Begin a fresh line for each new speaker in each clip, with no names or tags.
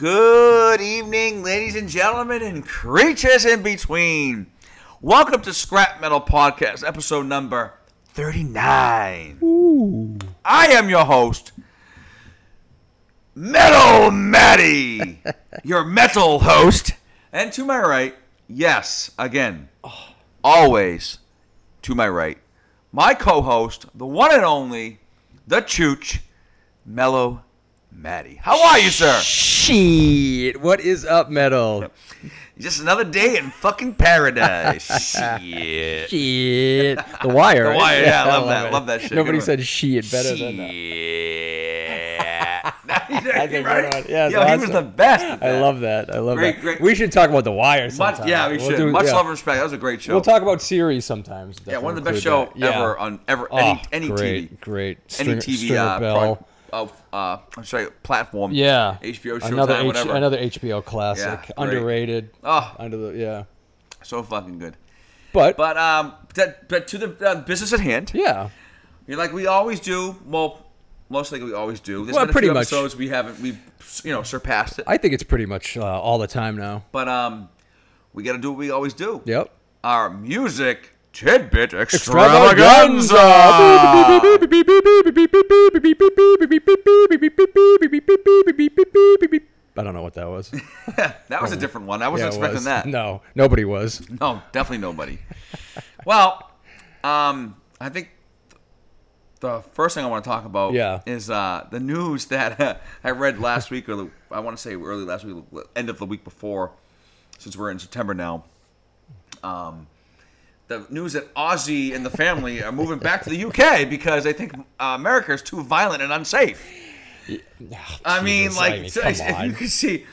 Good evening, ladies and gentlemen, and creatures in between. Welcome to Scrap Metal Podcast, episode number 39. I am your host, Metal Matty, your metal host. And to my right, yes, again, always to my right, my co host, the one and only, the Chooch, Mellow Matty. How are you, sir?
Shit. What is up, metal?
Just another day in fucking paradise. Shit.
Shit. The wire.
The
right?
Wire, yeah, I love that, love that shit.
Nobody
Good
said
one.
shit better than that.
Yeah.
think
right?
you're right. Yeah, it's
Yo, he was
awesome.
the best. at
I
that.
love that. I love
Great,
that.
great.
We should talk about the wire sometime.
Much, yeah, we
We'll
should.
do-
Much
yeah.
love and respect. That was a great show.
We'll talk about series sometimes.
yeah, one of the
Definitely
best show
include that.
ever
Yeah.
on ever
Oh,
any any
great,
TV
Great.
any
Stringer-
TV
Stringer
uh,
Bell.
pro- of uh I'm sorry platform.
yeah.
HBO Showtime
another H-
whatever.
Another HBO classic.
Yeah, great.
Underrated.
Oh,
Under the yeah.
so fucking good.
But,
But um, that, but to the uh, business at hand,
yeah.
You're like we always do. Well, most likely we always do. There's
Well,
been a
pretty
few
much.
episodes we haven't we have you know surpassed it.
I think it's pretty much uh, all the time now.
But um, we got to do what we always do.
Yep.
Our music tidbit extravaganza. Uh,
I don't know what that was.
that was a different one. I wasn't expecting that.
No, nobody was.
No, definitely nobody. well, um, I think the first thing I want to talk about
Yeah.
is uh, the news that uh, I read last week, or the, I want to say early last week, end of the week before, since we're in September now. Um, the news that Ozzy and the family are moving back to the UK because they think uh, America is too violent and unsafe. I mean,
Jesus,
like,
I mean,
so-
come
if you
on.
could see,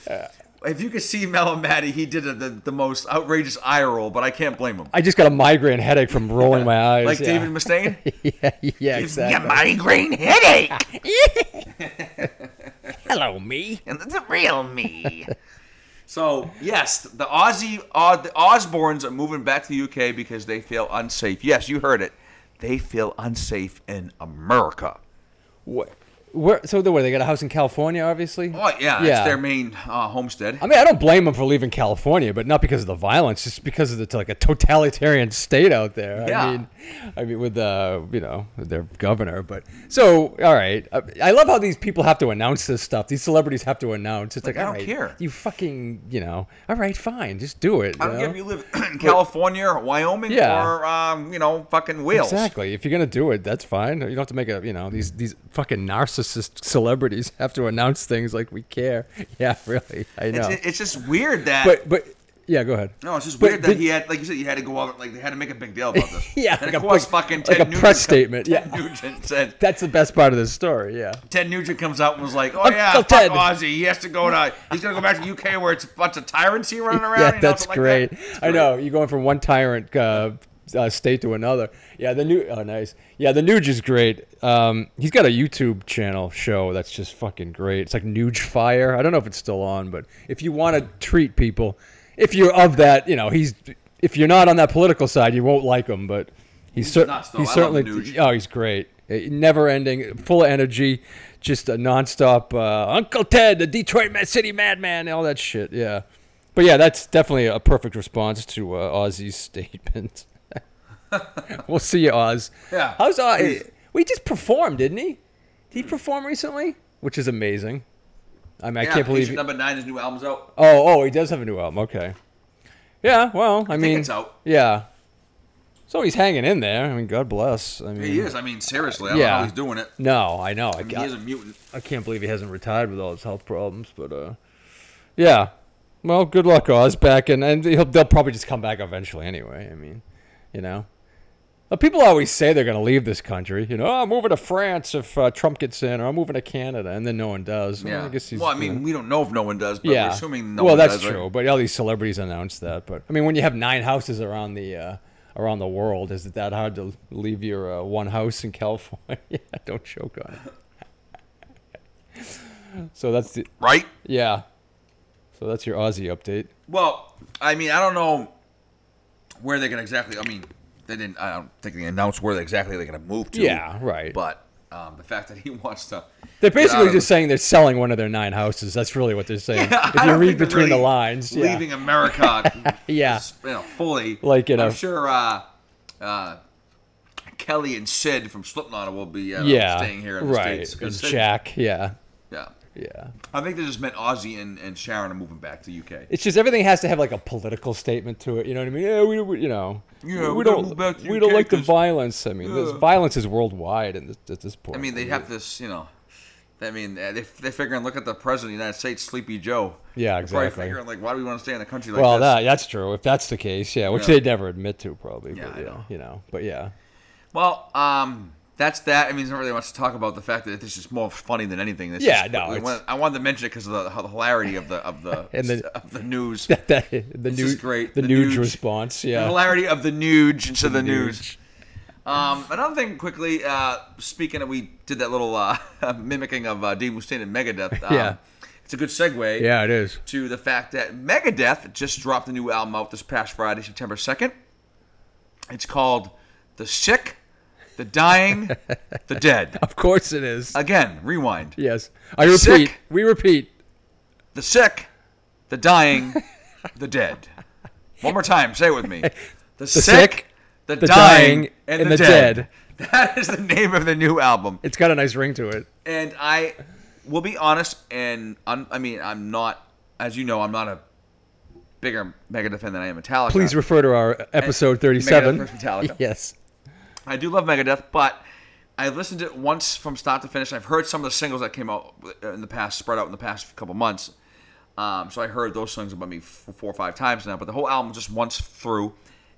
if you could see Mel and Matty, he did a, the, the most outrageous eye roll, but I can't blame him.
I just got a migraine headache from rolling my eyes.
Like
yeah.
David Mustaine,
yeah, yeah,
gives me a
exactly.
migraine headache,
Hello, me.
and it's a real me. so yes, the Aussie, uh, the Osbournes are moving back to the UK because they feel unsafe. Yes, you heard it. They feel unsafe in America.
What? Where, so the way they got a house in California, obviously.
Oh yeah, it's
Yeah.
their main uh, homestead.
I mean, I don't blame them for leaving California, but not because of the violence, just because of the like a totalitarian state out there.
Yeah.
I mean, I mean with uh, you know, with their governor. But so, all right, I, I love how these people have to announce this stuff. These celebrities have to announce. It's like,
I
all
don't
right,
care.
you fucking, you know, all right, fine, just do it.
I don't
you
care
know?
if you live in California, or Wyoming,
Yeah.
or um, you know, fucking Wales.
Exactly. If you're gonna do it, that's fine. You don't have to make a you know these these fucking narcissist celebrities have to announce things like we care. Yeah, really. I know.
It's, it's just weird that.
but but yeah, go ahead.
no, it's just
but
weird that
did-
he had, like you said, he had to go out, like they had to make a big deal about this.
Yeah,
and
like
of
a
course,
big-
fucking
like
Ted
a
Newton
press
co-
statement,
Ted
yeah.
Newton said.
That's the best part of this story. Yeah.
Ted Nugent comes out and was like, "Oh
Uncle
yeah, fuck
Ted."
Ozzy. He has to go to. He's gonna go back to UK where it's a bunch of tyrants he running around. you
yeah,
know,
that's
something like
great.
that. It's
I know you're going from one tyrant uh, uh, state to another. Yeah, the new oh nice. Yeah, the Nuge is great. Um, he's got a YouTube channel show that's just fucking great. It's like Nuge Fire. I don't know if it's still on, but if you want to treat people, if you're of that, you know, he's if you're not on that political side, you won't like him. But he's, cer-
nuts, though.
he's
I love
certainly
Nuge.
oh he's great. Never ending, full of energy, just a nonstop uh, Uncle Ted, the Detroit Ma- City Madman, and all that shit. Yeah, but yeah, that's definitely a perfect response to uh, Ozzy's statement. we'll see you, Oz.
Yeah,
how's Oz?
please.
We just performed, didn't he? Did he perform recently? Which is amazing. I mean, I
Yeah,
can't believe.
Patient number nine. His new album's out.
Oh, oh, he does have a new album. Okay. Yeah. Well, I, mean,
it's out.
yeah. So he's hanging in there. I mean, God bless. I mean,
He is. I mean, seriously, I don't know
Yeah.
how he's doing it.
No, I know. I,
He is a mutant.
I can't believe he hasn't retired with all his health problems. But uh, yeah. Well, good luck, Oz. Back and and he'll, they'll probably just come back eventually anyway. I mean, you know. But people always say they're going to leave this country. You know, "Oh, I'm moving to France if uh, Trump gets in, or I'm moving to Canada, and then no one does. Well,
Yeah.
I guess he's,
well, I
you
mean,
know.
we don't know if no one does, but
Yeah.
we're assuming no
well,
one
that's
does. right?
true. But all these celebrities announced that. But I mean, when you have nine houses around the uh, around the world, is it that hard to leave your uh, one house in California? Don't choke on it. so that's the
Right?
yeah. So that's your Aussie update.
Well, I mean, I don't know where they're gonna exactly. I mean, they didn't. I don't think they announced where exactly they're gonna move to.
Yeah, right.
But Um, the fact that he wants to.
They're
get out
basically
of
just
the-
saying they're selling one of their nine houses. That's really what they're saying. if
I
you
don't
read
think they're
between the
really
lines, yeah.
leaving America,
Yeah.
you know, fully.
Like, you know-
I'm sure uh, uh, Kelly and Sid from Slipknot will be uh,
yeah,
staying here in the
right.
states.
And
'cause Sid-
Jack, yeah,
Yeah,
yeah.
I think they just meant Ozzy and, and Sharon are moving back to UK.
It's just everything has to have like a political statement to it. You know what I mean? Yeah, we, we you know,
Yeah,
we,
we gotta
don't,
move back to
we don't
UK
like the
'cause-
violence. I mean, this
Yeah.
violence is worldwide at this, at this point.
I mean, they have this, you know. I mean, they they figuring look at the president of the United States, Sleepy Joe.
Yeah,
They're probably
exactly.
Figuring like, why do we want to stay in a country like
well,
this?
that that's true. If that's the case, yeah, which
Yeah.
they'd never admit to, probably.
Yeah,
but,
I
you
know.
know, you know, but yeah,
Well, um, that's that. I mean, there's not really much to talk about. The fact that this is more funny than anything. It's
Yeah,
just-
no,
we
it's-
wanted- I wanted to mention it because of the, how the hilarity of the of the,
And the-
of the news. The
that, that the
is
new
great.
the,
The
nude
Nuge-
response, yeah,
hilarity of the news instead of the news. Um, another thing, quickly. Uh, speaking of, we did that little uh, mimicking of uh, Dave Mustaine and Megadeth. Um,
Yeah.
it's a good segue.
yeah, it is.
to the fact that Megadeth just dropped a new album out this past Friday, September 2nd. It's called The Sick, The Dying, The Dead.
Of course, it is.
Again, rewind.
Yes, I repeat.
Sick.
We repeat.
The Sick, The Dying, The Dead. One more time, say it with me. The, sick,
sick,
the,
the
dying,
dying,
and,
and
the,
the
dead. That is the name of the new album.
It's got a nice ring to it.
And I will be honest, and I'm, I mean, I'm not, as you know, I'm not a bigger Megadeth fan than I am Metallica.
Please refer to our episode
Megadeth
thirty-seven.
versus Metallica.
Yes.
I do love Megadeth, but I listened to it once from start to finish. I've heard some of the singles that came out in the past, spread out in the past couple months. Um, so I heard those songs about me f- four or five times now, but the whole album just once through.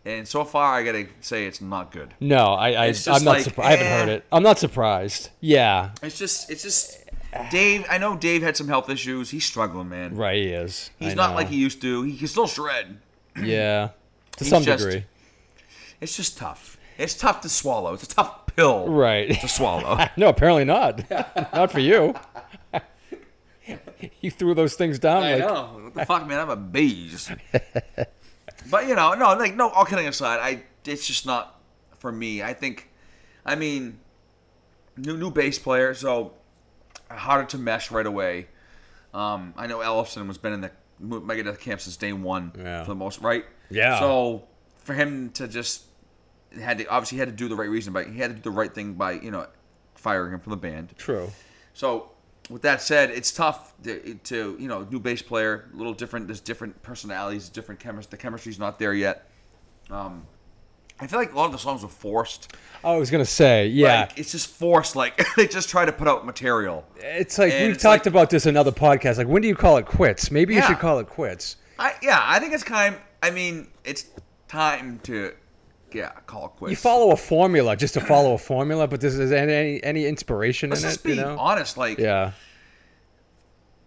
And so far, I gotta say it's not good.
No, I, I I'm
It's
not.
just like,
surpri- I haven't
eh.
heard it. I'm not surprised. Yeah,
It's just, it's just Dave. I know Dave had some health issues. He's struggling, man.
right. He is.
He's
I
not
know.
like he used to. He can still shred.
Yeah, to some
just-
degree.
It's just tough. It's tough to swallow. It's a tough pill
Right.
to swallow.
No, apparently not. not for you. you threw those things down.
I
like,
know. oh, What the fuck, man? I'm a bees. but you know, no, like no. All kidding aside, I it's just not for me. I think, I mean, new new bass player, so harder to mesh right away. Um, I know Ellison was been in the Mo- Megadeth camp since day one
Yeah.
for the most right.
Yeah.
So for him to just had to obviously he had to do the right reason, but he had to do the right thing by you know firing him from the band.
True.
So, with that said, it's tough to, to you know, new bass player, a little different. There's different personalities, different chemistry. The chemistry's not there yet. Um, I feel like a lot of the songs are forced.
I was gonna say, yeah.
Like, it's just forced. Like they just try to put out material.
it's like
and
we've
it's
talked
like-
about this in other podcasts. Like, when do you call it quits? Maybe you
Yeah.
should call it quits.
I yeah, I think it's time. I mean, it's time to yeah call it quits.
You follow a formula just to follow a formula, but this is any any, any inspiration
Let's
in
just
it.
be
you know?
honest. Like
Yeah.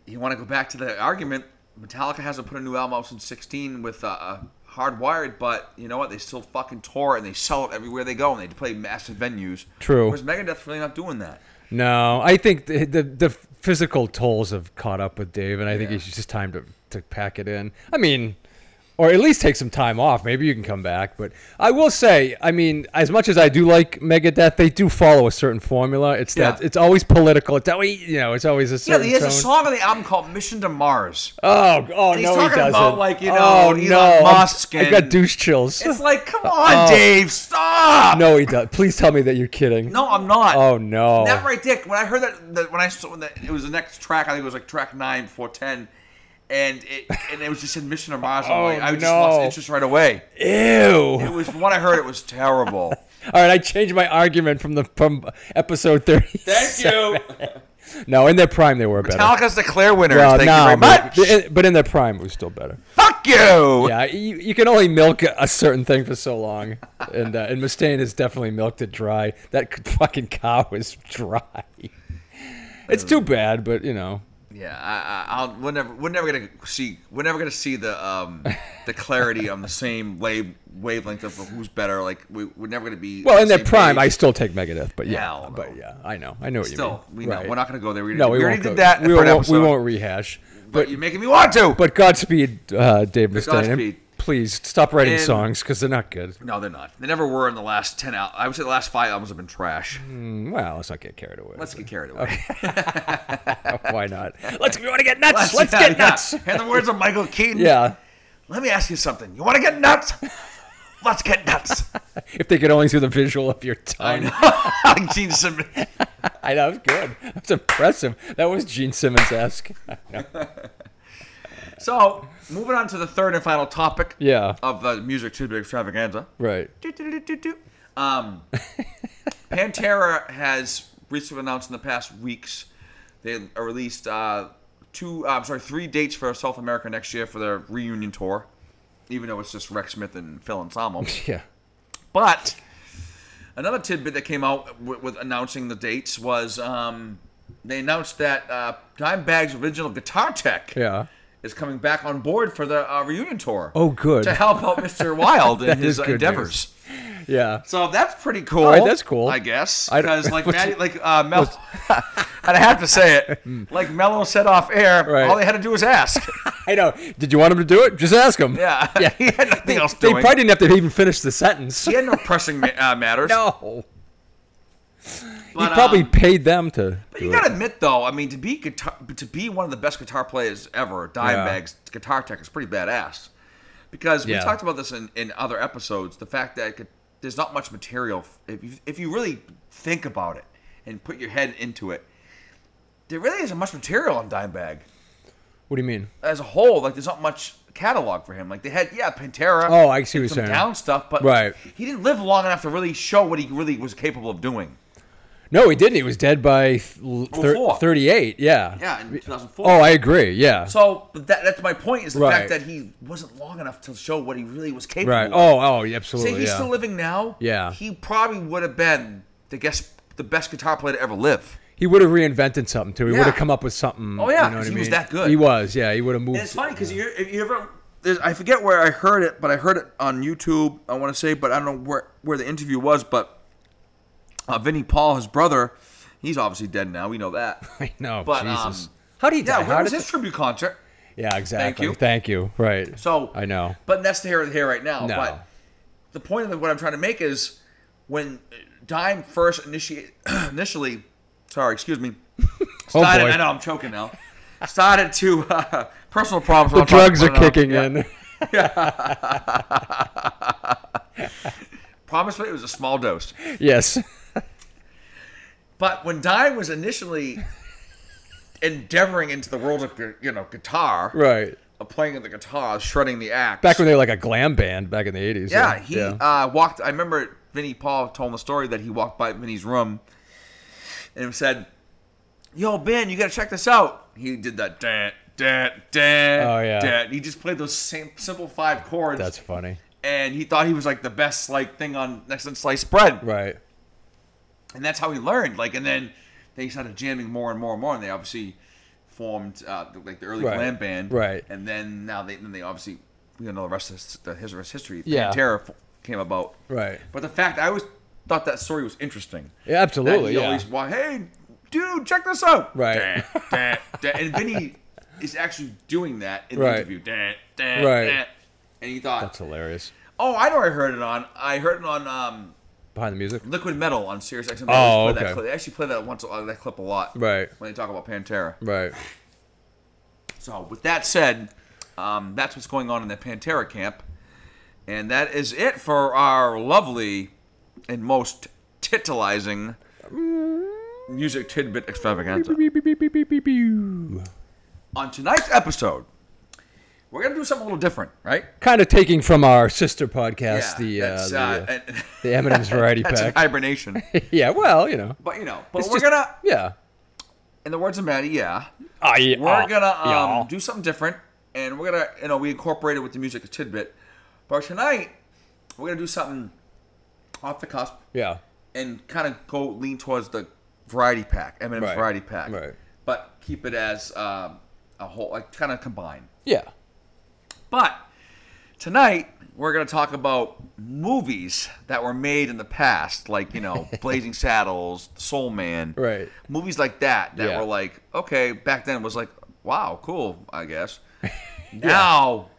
you want to go back to the argument. Metallica hasn't put a new album out since '16 with uh, uh, Hardwired, but you know what? They still fucking tour and they sell it everywhere they go, and they play massive venues.
True.
Whereas Megadeth really not doing that.
No, I think the, the the physical tolls have caught up with Dave, and I think
Yeah.
it's just time to to pack it in. I mean, or at least take some time off. Maybe you can come back. But I will say, I mean, as much as I do like Megadeth, they do follow a certain formula. It's that
Yeah.
it's always political. It's always you know, it's always a
Yeah,
certain
he has
tone.
a song on the album called "Mission to Mars."
Oh, oh
he's
no, he
talking
doesn't.
about, like, you know,
oh
Elon
no, I'm-
Musk
I got
and-
douche chills.
It's like, come on, Dave, stop!
uh, oh. no, he does. Please tell me that you're kidding.
No, I'm not.
Oh no.
That right, Dick. When I heard that, that when I saw when that, it was the next track. I think it was like track nine, four, ten, and it and it was just in Mission to Mars. I'm
Oh,
like, I just
no.
lost interest right away.
Ew.
It was from what I heard. It was terrible.
All right, I changed my argument from the from episode thirty.
Thank you.
No, in their prime they were better.
Metallica's the clear winners.
Well,
Thank
no,
you very
but,
much.
but in their prime it was still better.
Fuck you.
Yeah, you, you can only milk a, a certain thing for so long, and uh, and Mustaine has definitely milked it dry. That c- fucking cow is dry. It's too bad, but you know,
Yeah, I, I, I'll, we're never we're never gonna see we're never gonna see the um the clarity on the same wave, wavelength of who's better. Like we, we're never gonna be.
well,
on
in
the
their
same
prime, I
page.
still take Megadeth, but yeah,
Yeah,
but
no.
yeah, I know, I know what you mean.
still we know
Right.
we're not gonna go there. We're gonna,
No,
we
we,
already
won't
did
go-
that
we
for an
won't,
episode.
we won't rehash.
but you're making me want to.
But Godspeed, uh, Dave Mustaine. and
Godspeed.
Please stop writing
And-
songs because they're not good.
No, they're not. They never were in the last ten. Al- I would say the last five albums have been trash.
Mm, Well, let's not get carried away.
Let's get carried away.
Why not? Let's. We want to get nuts. Let's,
yeah,
get
yeah.
nuts.
In the words of Michael Keaton,
Yeah.
Let me ask you something. You want to get nuts? Let's get nuts.
If they could only see the visual of your tongue.
Like Gene Simmons. Uh,
I know. That was good. That's impressive. That was Gene Simmons esque.
So, moving on to the third and final topic
Yeah.
of the music Tuesday extravaganza.
Right.
Do-do-do-do-do. Um, Pantera has recently announced in the past weeks they released uh, two, uh, I'm sorry, three dates for South America next year for their reunion tour, even though it's just Rex Smith and Phil Anselmo.
Yeah.
But another tidbit that came out with, with announcing the dates was um, they announced that uh, Dimebag's original guitar tech
Yeah.
is coming back on board for the uh, reunion tour.
Oh, good.
To help out Mr. Wild in
is
his
good news.
endeavors.
Yeah.
So that's pretty cool.
right, that's cool.
I guess
I don't-
because like
what's- Hmm.
Maddie, like uh, Mel, and I have to say it, like Mello said off air,
Right.
all they had to do was ask.
I know. Did you want him to do it? Just ask him.
Yeah, he had nothing else
They
doing.
probably didn't have to even finish the sentence.
he had no pressing ma- uh, matters.
No.
but,
he probably
um,
paid them to.
But
do
you
it.
gotta admit, though, I mean, to be guitar, to be one of the best guitar players ever, Dimebag's guitar tech is pretty badass. Because we
Yeah.
talked about this in, in other episodes, the fact that it could, there's not much material if you, if you really think about it and put your head into it. There really isn't much material on Dimebag
What do you mean?
as a whole. Like, there's not much catalog for him. Like they had, yeah, Pantera.
Oh, I see
and
what
some
you're saying.
down stuff, but
Right.
he didn't live long enough to really show what he really was capable of doing.
No, he didn't. He was dead by th- thir-
Four.
38. Yeah.
Yeah, in 2004.
Oh, I agree. Yeah.
So but that, that's my point is the fact
Right.
that he wasn't long enough to show what he really was capable
right.
of.
Oh, oh, yeah,
Say
absolutely.
he's
yeah.
still living now.
Yeah.
He probably would have been the guess the best guitar player to ever live.
he would have reinvented something too. He would
Yeah.
have come up with something.
Oh, yeah,
you know
'cause
what I
he was
mean?
that good.
He was. Yeah, he would have moved.
And it's funny because you if you ever there's, I forget where I heard it, but I heard it on YouTube. I want to say, but I don't know where where the interview was. But uh, Vinnie Paul, his brother, he's obviously dead now. We know that.
I know.
But,
Jesus.
um,
How do you
yeah,
die? How
where was
did
his tribute concert?
the- yeah, exactly.
you.
Thank you. Right.
So
I know.
but that's the hair here right now.
No.
But the point of what I'm trying to make is when Dime first initiate initially, sorry, excuse me, started.
Oh, boy.
I know I'm choking now. Started to uh, personal problems.
The drugs are kicking in.
Promise me it was a small dose.
yes.
But when Dime was initially endeavoring into the world of gu- you know guitar,
Right.
of playing the guitar, shredding the axe.
Back when they were like a glam band back in the 80s.
Yeah, he Uh, walked. I remember Vinnie Paul told the story that he walked by Vinnie's room and said, "Yo, Ben, you gotta check this out." He did that. Dan, dan, dan,
Oh, yeah.
dan. He just played those same simple five chords,
That's funny.
and he thought he was like the best like thing on next to sliced bread,
Right.
and that's how he learned. Like, and then they started jamming more and more and more, and they obviously formed uh, the- like the early
Right.
glam band,
Right.
And then now they then they obviously we don't know the rest of his, the, his, history.
Yeah.
Pantera f- came about,
Right.
but the fact I always thought that story was interesting.
Yeah,
That
absolutely.
he
yeah.
always wa- hey, dude, check this out.
Right.
Dah, dah, dah. And Vinny is actually doing that in the
Right.
interview. Dah, dah,
Right.
dah. And he thought,
That's hilarious.
oh, I know where I heard it on. I heard it on um,
Behind the music.
Liquid Metal on Sirius XM. They
Oh,
always play that
okay.
clip. They actually play that once uh, that clip a lot.
Right.
When they talk about Pantera.
Right.
So with that said, um, that's what's going on in the Pantera camp, and that is it for our lovely and most titillizing music tidbit extravaganza. On tonight's episode, we're gonna do something a little different, right?
Kind of taking from our sister podcast,
that's,
the, uh, the, uh,
and-
the M&M's Variety
that's
Pack.
hibernation.
yeah, well, you know.
But you know, but
It's
we're
just-
gonna,
Yeah.
in the words of Maddie, yeah,
Ah, yeah.
we're
ah,
gonna um,
yeah.
do something different, and we're gonna you know we incorporated with the music a tidbit, but tonight we're gonna do something off the cusp
Yeah.
and kind of go lean towards the variety pack, M&M's
Right.
variety pack,
Right.
but keep it as um, a whole, like kind of combine.
Yeah.
But tonight we're gonna talk about movies that were made in the past, like you know Blazing Saddles, Soul Man,
Right.
movies like that that
Yeah.
were like okay back then was like wow cool i guess now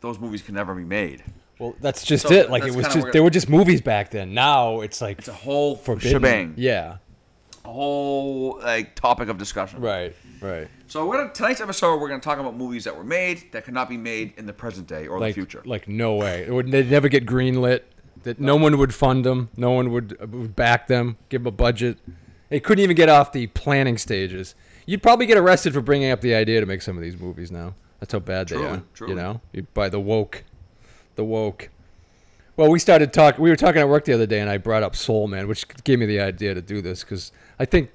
those movies can never be made.
Well, that's just
So
it. Like it
that's
was
kinda
just
where-
they were just movies back then. Now it's like
It's a whole
forbidden.
shebang,
Yeah.
a whole like topic of discussion.
Right. Right.
So we're gonna, tonight's episode, we're going to talk about movies that were made that cannot be made in the present day or
Like
the future.
like no way. It would they'd never get greenlit. That no one would fund them. No one would, uh, would back them. Give them a budget. They couldn't even get off the planning stages. You'd probably get arrested for bringing up the idea to make some of these movies now. That's how bad they
Truly,
are.
truly.
You know, You- by the woke, the woke. Well, we started talk. We were talking at work the other day, and I brought up Soul Man, which gave me the idea to do this because I think,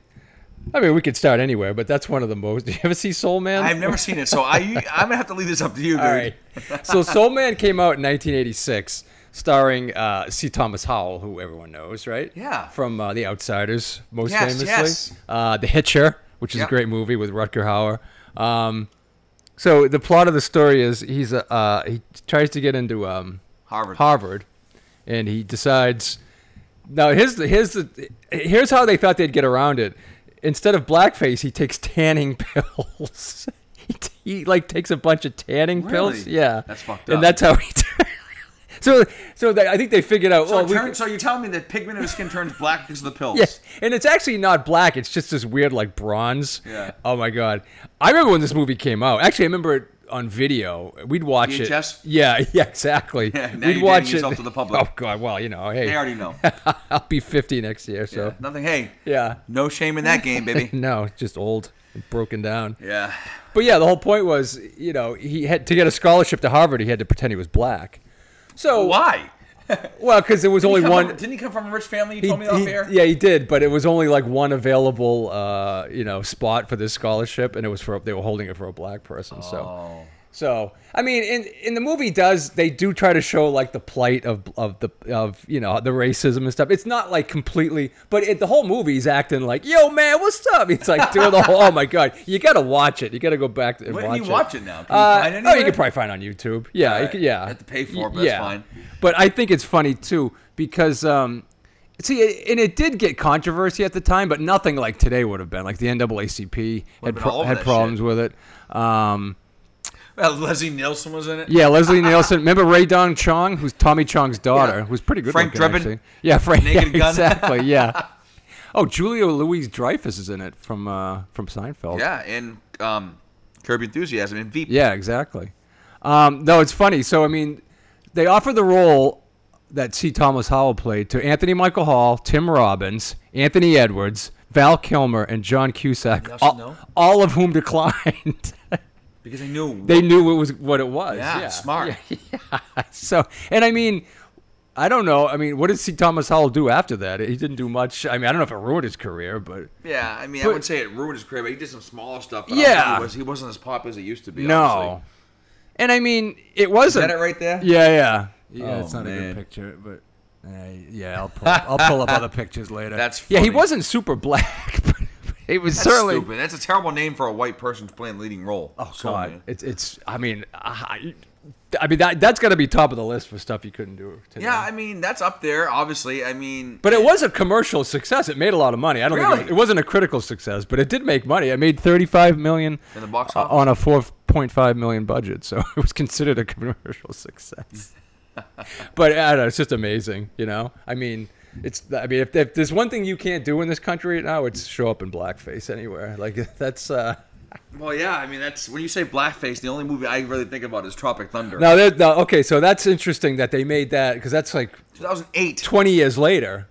I mean, we could start anywhere, but that's one of the most. Did you ever see Soul Man?
I've never seen it, so I, I'm going to have to leave this up to you, dude.
All right. So Soul Man came out in 1986, starring uh, C. Thomas Howell, who everyone knows, right?
Yeah.
From uh, The Outsiders, most
Yes,
famously.
yes.
Uh, the Hitcher, which is
Yep.
a great movie with Rutger Hauer. Um, so the plot of the story is he's a uh, he tries to get into um,
Harvard.
Harvard, and he decides. Now here's the here's the here's how they thought they'd get around it. Instead of blackface, he takes tanning pills. he, t- he like takes a bunch of tanning pills.
Really?
Yeah,
That's fucked up.
And that's how he. T- so so they, I think they figured out.
So,
well,
it
we,
turns- so you're telling me that pigment of the skin turns black because of the pills?
Yes, and it's actually not black. It's just this weird like bronze.
Yeah.
Oh my god, I remember when this movie came out. Actually, I remember it on video. We'd watch
VHS?
it. Yeah, yeah, exactly.
Yeah, now you're
We'd
dating
watch
yourself
it.
to the public.
Oh god, well you know, hey,
They already know.
I'll be 50 next year, so
Nothing. Hey,
yeah.
no shame in that game, baby.
No, it's just old, and broken down.
Yeah.
But yeah, the whole point was, you know, he had to get a scholarship to Harvard. He had to pretend he was black. So
Why?
well, because there was only
Come
one.
from- didn't he come from a rich family? You
he-
told me off
he-
air.
yeah, he did, but it was only like one available, uh, you know, spot for this scholarship, and it was for they were holding it for a black person.
Oh.
So, so I mean, in in the movie, does they do try to show like the plight of of the of you know the racism and stuff? It's not like completely, but it, the whole movie's acting like, "Yo, man, what's up?" He's like doing the whole, "Oh my god, you got to watch it. You got to go back and
Where can
watch
you
it."
watch it now? Can you
Uh,
find
oh, you
anywhere?
can probably find it on YouTube. Yeah, you
Alright.
can- yeah.
You have to pay for it, but
Y-
that's
yeah.
fine.
But I think it's funny too because um, see, and it did get controversy at the time, but nothing like today would have been. Like the NAACP
been
had pro-
all over
had
that
problems with it. Um,
Well, Leslie Nielsen was in it.
yeah, Leslie Nielsen. Remember Ray Dong Chong, who's Tommy Chong's daughter,
Yeah.
who's pretty good.
Frank
looking,
Drebin.
actually. Yeah, Frank.
Naked
yeah,
Gun.
exactly. Yeah. Oh, Julia Louise Dreyfus is in it from uh, from Seinfeld.
Yeah, and um, Curb Your Enthusiasm and Veep.
Yeah, exactly. Um, no, it's funny. So I mean, they offer the role that C. Thomas Howell played to Anthony Michael Hall, Tim Robbins, Anthony Edwards, Val Kilmer, and John Cusack,
Nelson,
all,
no?
all of whom declined.
Because they knew.
they knew it was what it was.
yeah,
Yeah,
smart.
So, and I mean. I don't know. I mean, what did C. Thomas Howell do after that? He didn't do much. I mean, I don't know if it ruined his career, but
Yeah, I mean, I
But-
wouldn't say it ruined his career, but he did some smaller stuff. But
Yeah.
yeah, he, was, he wasn't as popular as he used to be.
no.
obviously.
And I mean, it wasn't.
that it right there?
Yeah, yeah.
Yeah,
Oh,
it's not a
man.
good picture, but uh, yeah, I'll pull, up, I'll pull up other pictures later.
that's
Yeah, he
funny.
wasn't super black, but it was
That's
certainly.
stupid. That's a terrible name for a white person playing the leading role.
Oh
Come on,
God,
man.
it's it's. I mean, I, I mean that that's got to be top of the list for stuff you couldn't do. Today.
Yeah, I mean that's up there. Obviously, I mean,
But it was a commercial success. It made a lot of money. I don't think
Really?
it, it wasn't a critical success, but it did make money. It made thirty-five million
In the box
o-
office?
on a four point five million budget, so it was considered a commercial success. but I don't know, it's just amazing, you know. I mean, it's. I mean, if, if there's one thing you can't do in this country now, it's show up in blackface anywhere. Like that's. uh
well, yeah, I mean that's when you say blackface. The only movie I really think about is Tropic Thunder.
Now, that- now, okay, so that's interesting that they made that because that's like
2008.
20 years later.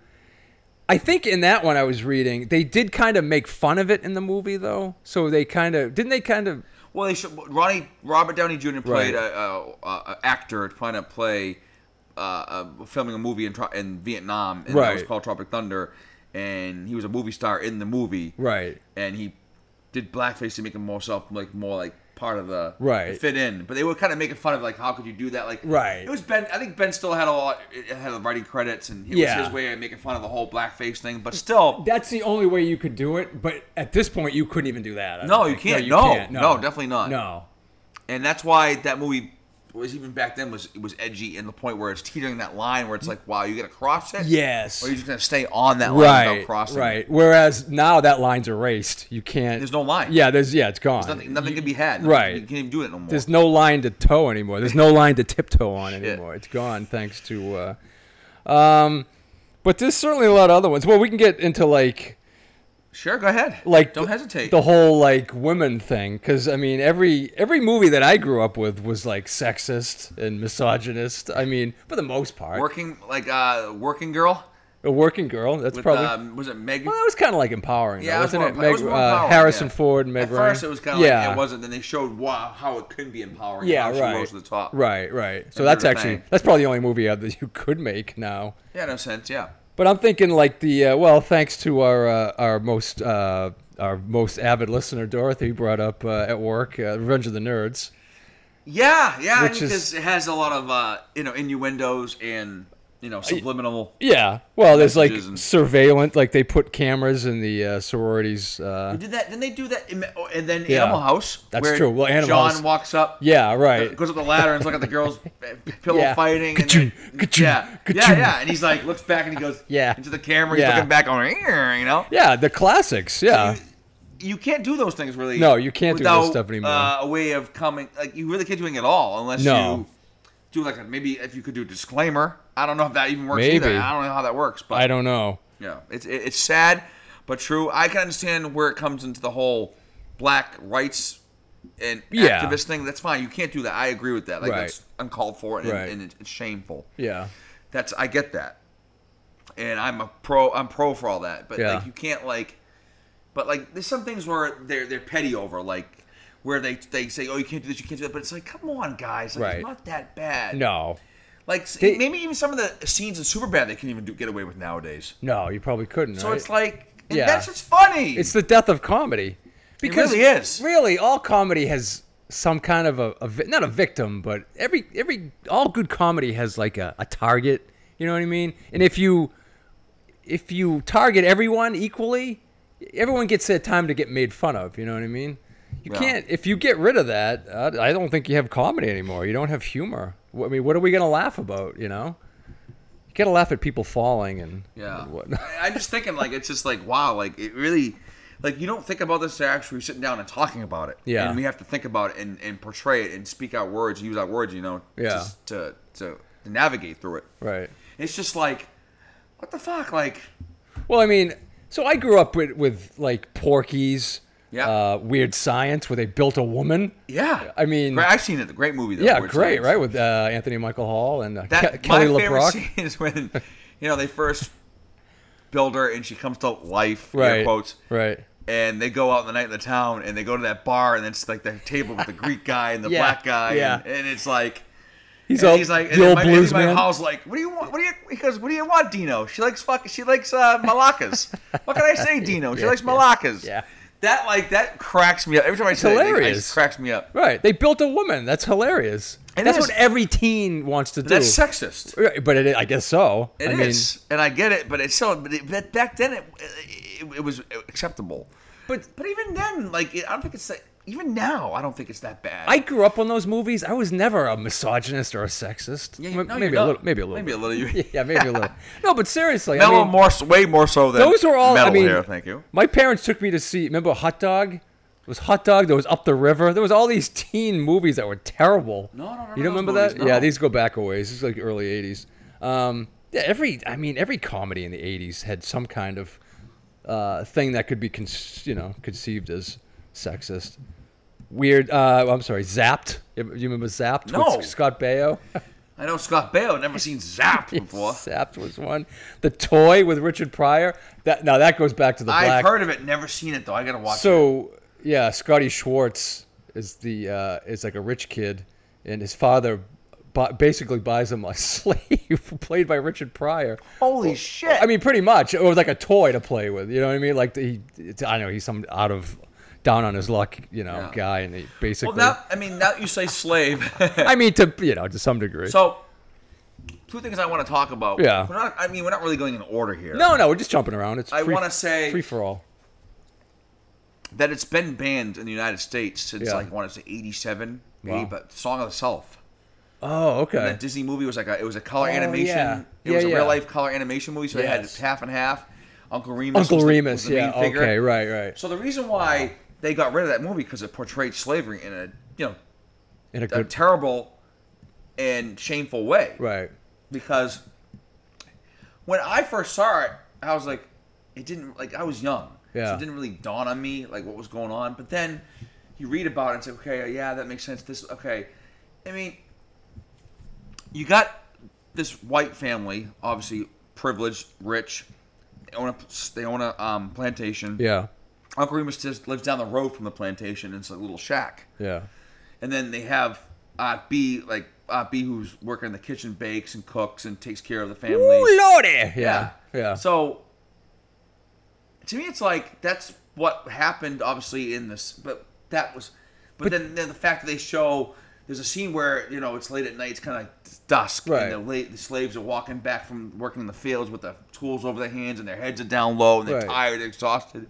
I think in that one I was reading, they did kind of make fun of it in the movie, though. So they kind of didn't they kind of
Well, they should, Ronnie Robert Downey Jr. played
Right.
a, a, a actor trying to play uh, a, filming a movie in, Tro- in Vietnam, and that was
Right.
called Tropic Thunder, and he was a movie star in the movie,
right,
and he did blackface to make him more self like more like part of the
Right.
to fit in. But they were kind of making fun of like how could you do that? Like
Right.
It was Ben. I think Ben still had a lot it had the writing credits, and it
Yeah.
was his way of making fun of the whole blackface thing. But still,
that's the only way you could do it. But at this point, you couldn't even do that.
No, you can't. No, no, definitely not.
No,
and that's why that movie was even back then was was edgy in the point where it's teetering that line where it's like, wow, you gonna cross it?
Yes.
Or you're just gonna stay on that line
Right.
without crossing. it?
Right. Whereas now that line's erased. You can't.
There's no line.
Yeah. There's yeah. It's gone.
Nothing, nothing can be had.
Right.
You can't even do it no more.
There's no line to toe anymore. There's no line to tiptoe on
Shit.
anymore. It's gone thanks to. Uh, um, but there's certainly a lot of other ones. Well, we can get into like
sure, go ahead.
like
don't
the-
hesitate.
the whole like women thing because i mean every every movie that i grew up with was like sexist and misogynist i mean for the most part
working like uh working girl
a working girl that's
with
probably
um, was it Meg?
well that was kind of like empowering
yeah,
though,
it was
wasn't
more,
it,
empo-
Meg,
it was more
uh,
empowering,
harrison
yeah.
ford and meg
At
Ryan.
first, it was kind of
yeah.
like it wasn't. Then they showed wow how it could be empowering. and
yeah
how
right
She rose to the top.
right right so
And
that's
did her
actually
thing.
that's probably the only movie uh, that you could make now
Yeah, no sense. Yeah.
But I'm thinking like the uh, well, thanks to our uh, our most uh, our most avid listener Dorothy brought up uh, at work, uh, Revenge of the Nerds.
Yeah, yeah,
Which
because it has a lot of uh, you know innuendos and you know subliminal.
Yeah, well, there's like
Messages and-
surveillance, like they put cameras in the uh, sororities. Uh,
Did that? Then they do that, in, oh, and then
Yeah.
Animal House.
That's
where
true. Well, Animal
John
House-
walks up.
yeah, right.
Goes up the ladder and looks at the girls pillow
Yeah.
fighting. And
Ka-choo,
then-
ka-choo,
yeah, yeah,
ka-choo.
yeah. And he's like, looks back and he goes,
Yeah.
into the camera. He's
Yeah.
looking back on, you know.
Yeah, the classics. Yeah,
You can't do those things really.
No, you can't do this
without,
stuff anymore.
Uh, a way of coming, like you really can't doing it at all unless
No.
you do like a, maybe if you could do a disclaimer. I don't know if that even works
Maybe.
either. I don't know how that works, but
I don't know.
Yeah, it's it, it's sad but true. I can understand where it comes into the whole black rights and
Yeah.
activist thing. That's fine. You can't do that. I agree with that. Like
Right.
that's uncalled for and,
Right.
and it's- it's shameful.
Yeah,
That's I get that, and I'm a pro. I'm pro for all that. But
Yeah.
like you can't like, but like there's some things where they're they're petty over like. Where they, they say, oh, you can't do this, you can't do that, but it's like, come on, guys, like,
Right.
it's not that bad.
no,
like s-
They-
maybe even some of the scenes in Superbad they can even do, get away with nowadays.
no, you probably couldn't.
So
right?
it's like, and
Yeah.
that's what's funny.
It's the death of comedy. Because
really is.
Really, all comedy has some kind of a, a vi- not a victim, but every every all good comedy has like a, a target. You know what I mean? And if you if you target everyone equally, everyone gets their time to get made fun of. You know what I mean? You
Yeah.
can't if you get rid of that. Uh, I don't think you have comedy anymore. You don't have humor. Wh- I mean, what are we gonna laugh about? You know, you gotta laugh at people falling and
yeah.
and whatnot.
I- I'm just thinking, like, it's just like, wow, like, it really, like, you don't think about this to actually sitting down and talking about it.
Yeah.
And we have to think about it and, and portray it and speak out words, use out words, you know,
Yeah.
just to, to, to navigate through it.
Right.
It's just like, what the fuck? Like,
Well, I mean, so I grew up with, with like Porky's,
Yeah.
uh, Weird Science, where they built a woman.
yeah.
I mean-
great, I've seen it. The great movie, though.
Yeah,
where it's
great,
like-
right? With uh, Anthony Michael Hall and uh,
That,
Ke- Kelly
my favorite
LeBrock.
scene is when, you know, they first build her and she comes to life, air
right.
quotes.
Right.
and they go out in the night in the town and they go to that bar and it's like the table with the Greek guy and the
Yeah,
black guy
yeah.
and, and it's like
He's,
and
all,
he's like
the
and
old
my,
blues
and my
man.
house like what do you want what do you he goes what do you want Dino she likes fuck she likes uh, malacas what can I say Dino she
Yeah,
likes
yeah,
malacas
yeah.
that like that cracks me up every time I say that, it, it
hilarious.
just cracks me up
Right. They built a woman. That's hilarious.
It
That's
is.
what every teen wants to do.
that's sexist
Right, But it, I guess so.
It
I
is,
mean,
and I get it, but it's so. But it, but back then, it, it it was acceptable. But but even then, like I don't think it's that. Even now, I don't think it's that bad.
I grew up on those movies. I was never a misogynist or a sexist.
Yeah,
M-
you- no,
maybe
you're
a little.
not.
Maybe a little.
Maybe a little. um, You,
yeah, maybe a little. No, but seriously, I
Mellow
mean,
more, s- way more so than
Those were all.
metal
I mean,
here. Thank you.
My parents took me to see. Remember Hot Dog? It was Hot Dog. There was Up the River. There was all these teen movies that were terrible.
No, I don't remember
You don't remember
those
that?
movies,
Yeah,
no.
these go back a ways. This is like early '80s. Um, yeah, every. I mean, every comedy in the '80s had some kind of uh, thing that could be, con- you know, conceived as sexist. Weird. Uh, I'm sorry. Zapped. You you remember Zapped?
No.
With Scott Baio.
I know Scott Baio. I've Never seen Zapped before.
Zapped was one. The toy with Richard Pryor. That now that goes back to the
I've
black.
heard of it. Never seen it though. I gotta watch. it.
So yeah, Scotty Schwartz is the uh, is like a rich kid, and his father bu- basically buys him a slave played by Richard Pryor.
Holy shit!
oh, I mean, pretty much, it was like a toy to play with. You know what I mean? Like he, it's, I don't know, he's some out of down on his luck, you know,
Yeah.
guy, and he
well,
basically.
now I mean now that you say slave.
I mean, to you know, to some degree.
so two things I want to talk about.
Yeah.
We're not. I mean, we're not really going in order here.
no, no, we're just jumping around. It's
I
free-
wanna say-
free for all.
That it's been banned in the United States since
Yeah.
like I want to say '87, maybe.
Wow.
But Song of the South.
Oh, okay.
That Disney movie was like a it was a color
Oh,
animation.
yeah.
It was
Yeah,
a
yeah.
real life color animation movie, so
Yes.
they had half and half. Uncle Remus.
Uncle
was the-
Remus.
was the
yeah.
main figure.
Okay. Right. Right.
So the reason why they got rid of that movie because it portrayed slavery in a you know
In a
a
good.
terrible and shameful way.
right.
Because when I first saw it, I was like, it didn't like I was young, so
Yeah.
it didn't really dawn on me like what was going on. But then you read about it, and it's like, okay, yeah, that makes sense. This okay. I mean, you got this white family, obviously privileged, rich. They own a, they own a um, plantation.
Yeah.
Uncle Remus just lives down the road from the plantation. And it's a little shack
Yeah.
and then they have Aunt B, like Aunt B, who's working in the kitchen, bakes and cooks and takes care of the family.
lordy. Yeah. Yeah.
So to me, it's like that's what happened, obviously in this, but that was, but, then, then the fact that they show. There's a scene where you know it's late at night, it's kind of dusk, and
Right.
the, late, the slaves are walking back from working in the fields with the tools over their hands, and their heads are down low, and they're
Right.
tired, exhausted.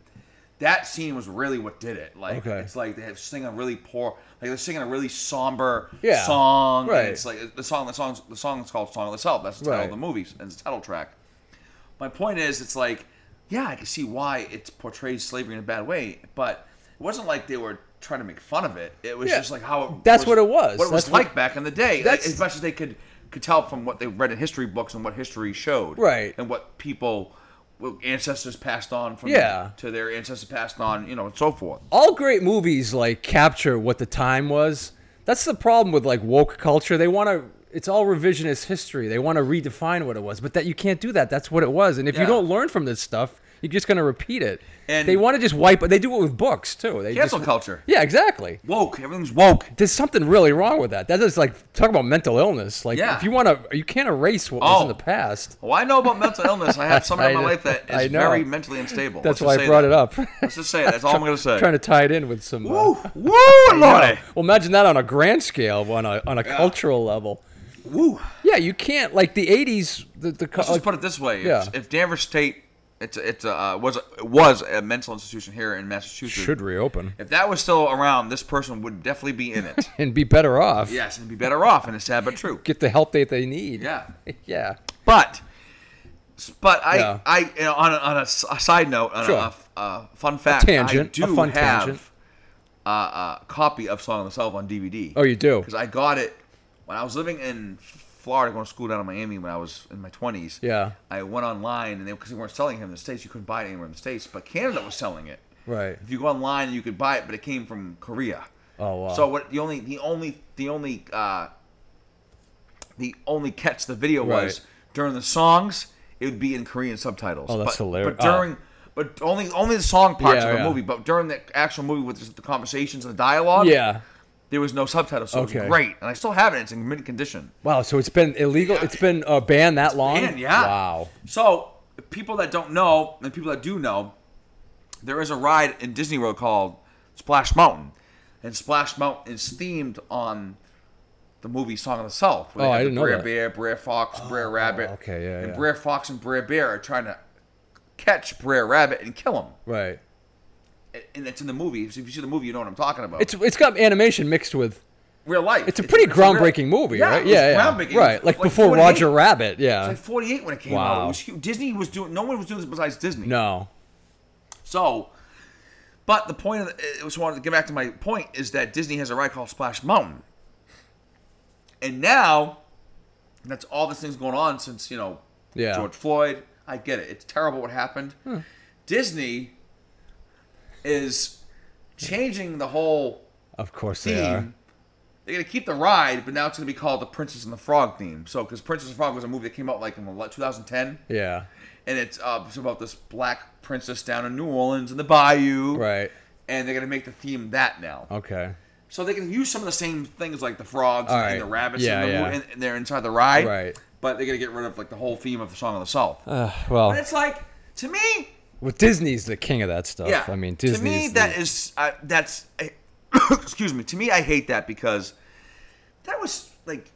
That scene was really what did it. Like
Okay.
it's like they have sing a really poor, like they're singing a really somber
Yeah.
song. and
Right.
it's like the song, the song's the song's called "Song of the South." That's the title
Right.
of the movie and it's the title track. My point is, it's like, yeah, I can see why it portrays slavery in a bad way, but it wasn't like they were trying to make fun of it. It was
Yeah.
just like how it
That's what it was.
what it was
That's what-
like back in the day, like,
That's-
as much as they could could tell from what they read in history books and what history showed,
Right.
and what people, what ancestors passed on from
Yeah.
to their ancestors passed on, you know, and so forth.
all great movies like capture what the time was. That's the problem with like woke culture. They want to it's all revisionist history. They want to redefine what it was, but that you can't do that. That's what it was. And if
Yeah.
you don't learn from this stuff, you're just going to repeat it.
And-
And they want to just wipe they do it with books too. They
Cancel
just,
culture,
Yeah, exactly.
woke, everything's woke.
There's something really wrong with that. That is like talk about mental illness. Like
Yeah.
if you want to you can't erase what was
Oh.
in the past.
Well, I know about mental illness. I have someone in my
I-
life that
I
is
know.
very mentally unstable. Let's
That's why
just
I
say
brought
that.
it up.
Let's just say it. That's all I'm gonna say.
Trying to tie it in with some uh,
Woo, woo,
Yeah.
Lordy.
Well, imagine that on a grand scale, on a on a cultural level.
Woo.
Yeah, you can't like the '80s. The the co-
Let's just put it this way:
Yeah.
if, if Danvers State, it's a- it's a, uh, was a, it was a mental institution here in Massachusetts.
should reopen
If that was still around, this person would definitely be in it.
and be better off.
yes, and be better off. And it's sad but true.
Get the help that they need.
Yeah.
Yeah.
But, but I,
Yeah.
I you know, on, a, on a, s- a side note, on
Sure.
a, a fun fact,
tangent,
I do
a fun
have
tangent.
A, a copy of Song of the South on DVD.
Oh, you do.
Because I got it when I was living in Florida, going to school down in Miami when I was in my twenties.
Yeah.
I went online and they because they weren't selling it in the states, you couldn't buy it anywhere in the states, but Canada was selling it.
Right.
If you go online, you could buy it, but it came from Korea.
Oh, wow.
So what the only the only the only uh, the only catch the video was
Right.
during the songs it would be in Korean subtitles.
Oh, that's
but,
hilarious.
But during but only only the song parts
Yeah,
of the
yeah.
movie, but during the actual movie with just the conversations and the dialogue,
Yeah.
there was no subtitles. So it
Okay.
was great, and I still have it. It's in mint condition.
Wow. So it's been illegal. It's been uh, banned that long.
And yeah.
Wow.
So people that don't know and people that do know, there is a ride in Disney World called Splash Mountain, and Splash Mountain is themed on the movie Song of the South. where they
Oh,
have
I
the
didn't know
Brer
that. Oh,
Bear, Brer Fox, Brer Rabbit.
okay, yeah,
And
yeah.
Brer Fox and Brer Bear are trying to catch Brer Rabbit and kill him,
Right.
And- and it's in the movie. So if you see the movie, you know what I'm talking about.
It's it's got animation mixed with.
real life.
It's a pretty
real-
groundbreaking movie,
yeah,
right?
it was
yeah. Yeah.
groundbreaking. It
Right.
was
Like, before
48.
Roger Rabbit. Yeah.
It's like 48 when it came out.
Uh, Wow.
It was huge. Disney was doing. No one was doing this besides Disney.
no.
So, but the point of the, it was wanted to get back to my point is that Disney has a ride called Splash Mountain, and now that's all this thing's going on since you know
Yeah. Hmm.
George Floyd. I get it. It's terrible what happened. Disney is changing the whole
Of course
theme.
they are.
They're gonna keep the ride, but now it's gonna be called the Princess and the Frog theme. So, because Princess and the Frog was a movie that came out like in 2010
Yeah.
and it's, uh, it's about this black princess down in New Orleans in the bayou.
Right.
And they're gonna make the theme that now,
Okay.
so they can use some of the same things like the frogs
All
and the
right.
rabbits
Yeah,
and, the,
yeah.
and, and they're inside the ride.
Right.
But they're gonna get rid of like the whole theme of the Song of the South.
Uh,
but
well,
it's like to me,
well, Disney's the king of that stuff.
yeah.
I mean, Disney's
to me
the,
that is uh, that's I- excuse me. To me, I hate that because that was like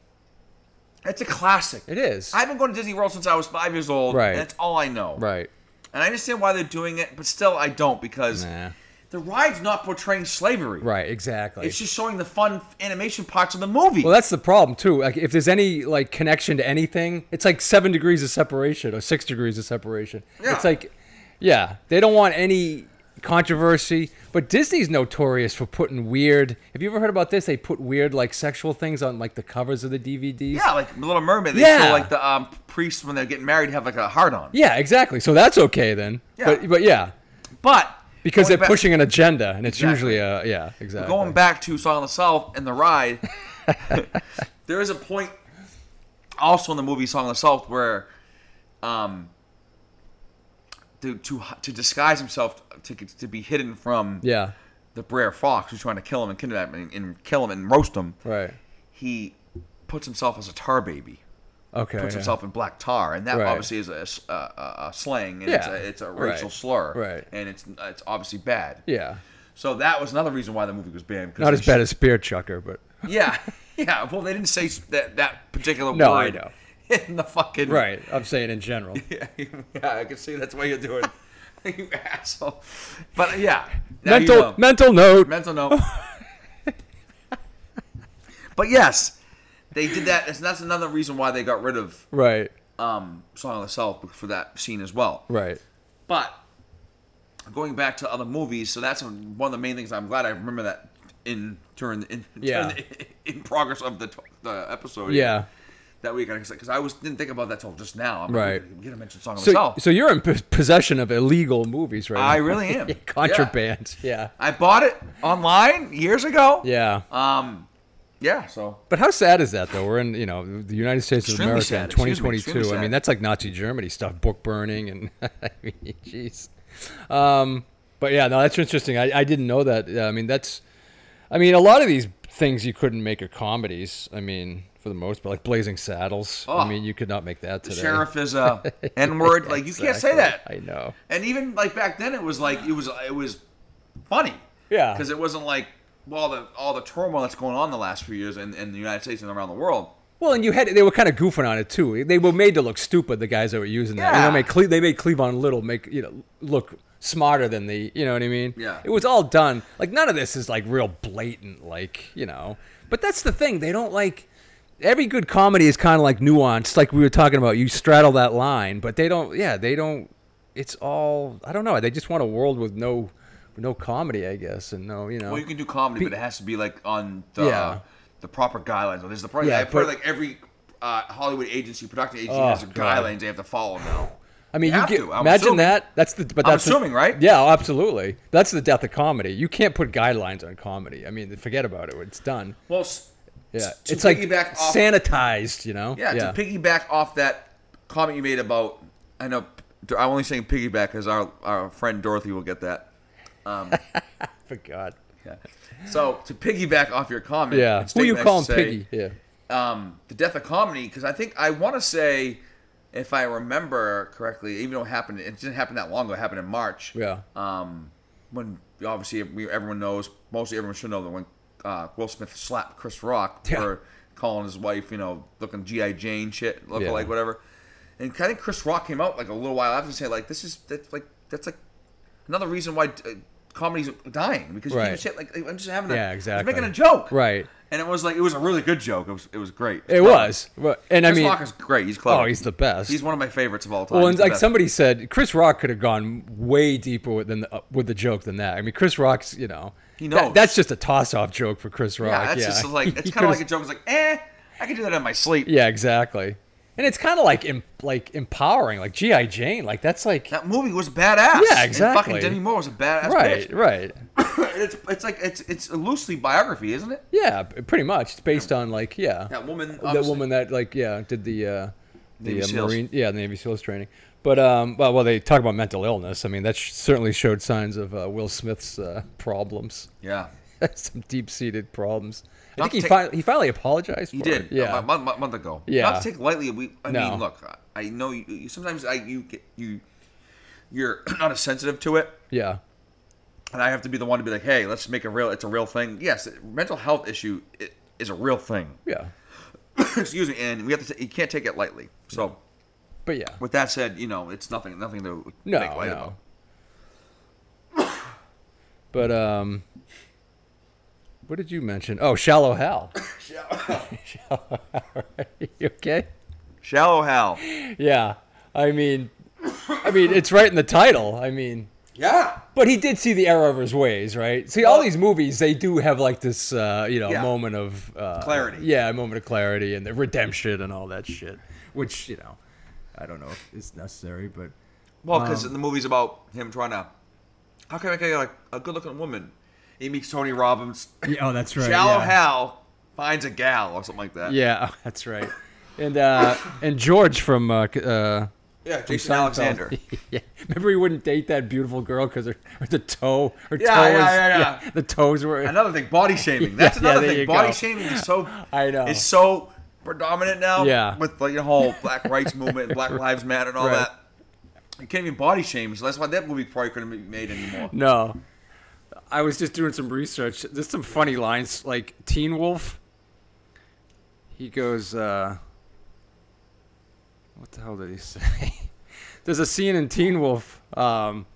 it's a classic.
It is.
I've been going to Disney World since I was five years old.
Right.
And that's all I know.
right.
And I understand why they're doing it, but still, I don't because
Nah.
The ride's not portraying slavery.
Right, exactly.
It's just showing the fun animation parts of the movie.
well, that's the problem too. Like, if there's any like connection to anything, it's like seven degrees of separation or six degrees of separation.
Yeah.
It's like, yeah, they don't want any controversy. But Disney's notorious for putting weird. Have you ever heard about this? They put weird like sexual things on like the covers of the DVDs.
yeah, like Little Mermaid. They
Yeah.
show like the um, priests when they're getting married have like a heart on.
Yeah, exactly. So that's okay then.
Yeah.
But but yeah,
But
because
going
they're
back-
pushing an agenda, and it's
Exactly.
usually a yeah, exactly.
going back to Song of the South and the ride, there is a point also in the movie Song of the South where, um, to to, to disguise himself to to be hidden from
Yeah.
the Brer Fox who's trying to kill him and kidnap him and, and kill him and roast him.
Right.
He puts himself as a tar baby.
Okay.
puts
yeah.
himself in black tar, and that
Right.
obviously is a, s- a- a- a slang, and it's,
Yeah.
a, it's a
Right.
racial slur,
Right.
And it's it's obviously bad.
Yeah.
So that was another reason why the movie was banned. 'cause
Not
they
as bad as Spear Chucker, but
sh- Yeah, yeah. Well, they didn't say s- that that particular
No, I
word
know.
in the fucking
right. I'm saying in general.
Yeah, I can see that's why you're doing, you asshole. But uh, yeah, now you
mental
know.
mental note.
Mental note. but yes, they did that. and That's another reason why they got rid of
right.
um, Song of the South for that scene as well.
Right.
But going back to other movies, so that's one of the main things. I'm glad I remember that in during in
Yeah.
during the- in progress of the, t- the episode.
Yeah.
that week because I was didn't think about that till just now. I'm
Right.
Like, we gotta mention Song of the
So,
South.
so you're in pos- possession of illegal movies right
I
now.
really am. Yeah.
Contraband. Yeah.
I bought it online years ago.
yeah.
Um. Yeah. So
But how sad is that though? We're in, you know, the United States of
Extremely
America
sad,
in
excuse me, extremely
2022. I
sad.
mean, that's like Nazi Germany stuff, book burning, and I mean, jeez. Um, but yeah, no, that's interesting. I, I didn't know that. Yeah, I mean, that's, I mean, a lot of these things you couldn't make are comedies. I mean, for the most part, like Blazing Saddles.
Oh.
I mean, you could not make that today.
sheriff is a N word. Like you can't say
Exactly.
that.
I know.
And even like back then, it was like it was it was funny.
Yeah.
Because it wasn't like well the all the turmoil that's going on the last few years in, in the United States and around the world.
Well, and you had they were kind of goofing on it too. They were made to look stupid. The guys that were using that, you
Yeah.
know, make Cle- they made Cleavon Little make you know look smarter than the, you know what I mean?
Yeah.
It was all done. Like none of this is like real blatant, like you know. But that's the thing. They don't like every good comedy is kind of like nuanced. Like we were talking about, you straddle that line, but they don't. Yeah, they don't. It's all I don't know. They just want a world with no, no comedy, I guess, and no, you know.
Well, you can do comedy, but it has to be like on the
Yeah.
the proper guidelines. There's the probably
Yeah,
I've heard
but-
like every uh, Hollywood agency, production agency
Oh,
has a
God.
guidelines they have to follow now.
I mean,
You
you,
have
get,
to, I'm
imagine
assuming.
that. That's the. But
I'm
that's the-
assuming, right?
Yeah, absolutely. That's the death of comedy. You can't put guidelines on comedy. I mean, forget about it. It's done.
Well, s-
Yeah,
to
it's like
piggyback off-
sanitized. You know.
yeah, To piggyback off that comment you made about, I know I'm only saying piggyback because our our friend Dorothy will get that.
For God.
Yeah. So to piggyback off your comment,
Yeah.
and
Who you
statement, I
calling
should say,
Piggy? Yeah.
um, the death of comedy because I think I want to say, if I remember correctly, even though it happened, it didn't happen that long ago. It happened in March.
Yeah.
Um, when obviously we, everyone knows, mostly everyone should know that when uh, Will Smith slapped Chris Rock
Yeah.
for calling his wife, you know, looking GI Jane shit, look
Yeah.
like whatever. And I think Chris Rock came out like a little while after and said like, "This is that's like that's like another reason why." Uh, Comedy's dying because you
Right.
do shit like I'm just having a
Yeah,
I'm just
exactly.
making a joke
Right.
and it was like it was a really good joke. It was it was great.
It was. Well, And I
Chris
mean,
Rock is great. He's clever.
oh, he's the best.
He's one of my favorites of all time.
Well, and
He's the
like
best.
somebody said, Chris Rock could have gone way deeper with, than the, uh, with the joke than that. I mean, Chris Rock's, you know,
He
that-
knows.
that's just a toss-off joke for Chris Rock.
yeah, that's just like it's
He
kind of
could've-
like a joke. It's like eh, I can do that in my sleep.
Yeah, exactly. And it's kind of like em- like empowering, like GI Jane, like that's like
That movie was badass.
Yeah,
And
exactly.
fucking Demi Moore was a badass
right,
bitch.
right.
And it's it's like it's it's a loosely biography, isn't it?
Yeah, p- pretty much. It's based on like yeah,
That woman.
that
obviously-
woman that like yeah did the uh, the
Navy
uh,
SEALs.
Marine yeah the Navy SEALs training. But um, well, well, they talk about mental illness. I mean, that sh- certainly showed signs of uh, Will Smith's uh, problems,
Yeah,
some deep-seated problems. I
Not
think
to
he, fi- he finally apologized.
he
for
did. Oh,
It. Yeah,
a month, month- month ago.
Yeah.
Not to take lightly. We. I
No.
mean, look. I- I know you, you. Sometimes I you get you. You're not as sensitive to it.
yeah,
and I have to be the one to be like, hey, let's make a real. It's a real thing. Yes, mental health issue i- is a real thing.
yeah.
Excuse me, and we have to. T- you can't take it lightly. So,
But yeah,
with that said, you know, it's nothing. Nothing to
no,
make light
no.
about.
But um, what did you mention? Oh, Shallow Hal. Shallow Hal. right? You okay?
Shallow Hal.
Yeah. I mean, I mean, it's right in the title. I mean,
Yeah.
but he did see the error of his ways, right? See, all these movies, they do have like this, uh, you know,
Yeah.
moment of uh,
Clarity.
Yeah, a moment of clarity and the redemption and all that shit, which you know, I don't know if
It's necessary, but
Well, because
Um,
the movie's about him trying to, how can I get like a good-looking woman? He meets Tony Robbins.
Uh,
yeah, oh, that's right.
Shallow
yeah.
Hal finds a gal or something like that.
Yeah, that's right. And uh, and George from uh, c- uh,
Yeah, Jason
Seinfeld.
Alexander.
yeah, remember he wouldn't date that beautiful girl because her, her the toe, her
Yeah,
toe
yeah,
was-
yeah, yeah.
the toes were.
Another thing, body shaming. That's
Yeah, yeah,
another
there you
thing. Body
go.
shaming is so
I know.
It's so predominant now.
Yeah.
With like the whole Black Rights movement and Black Lives Matter and all
Right.
that. You can't even body shame, so that's why that movie probably couldn't be made anymore.
No,
I was just doing some research. There's some funny lines, like Teen Wolf. He goes, uh, "What the hell did he say?" There's a scene in Teen Wolf um,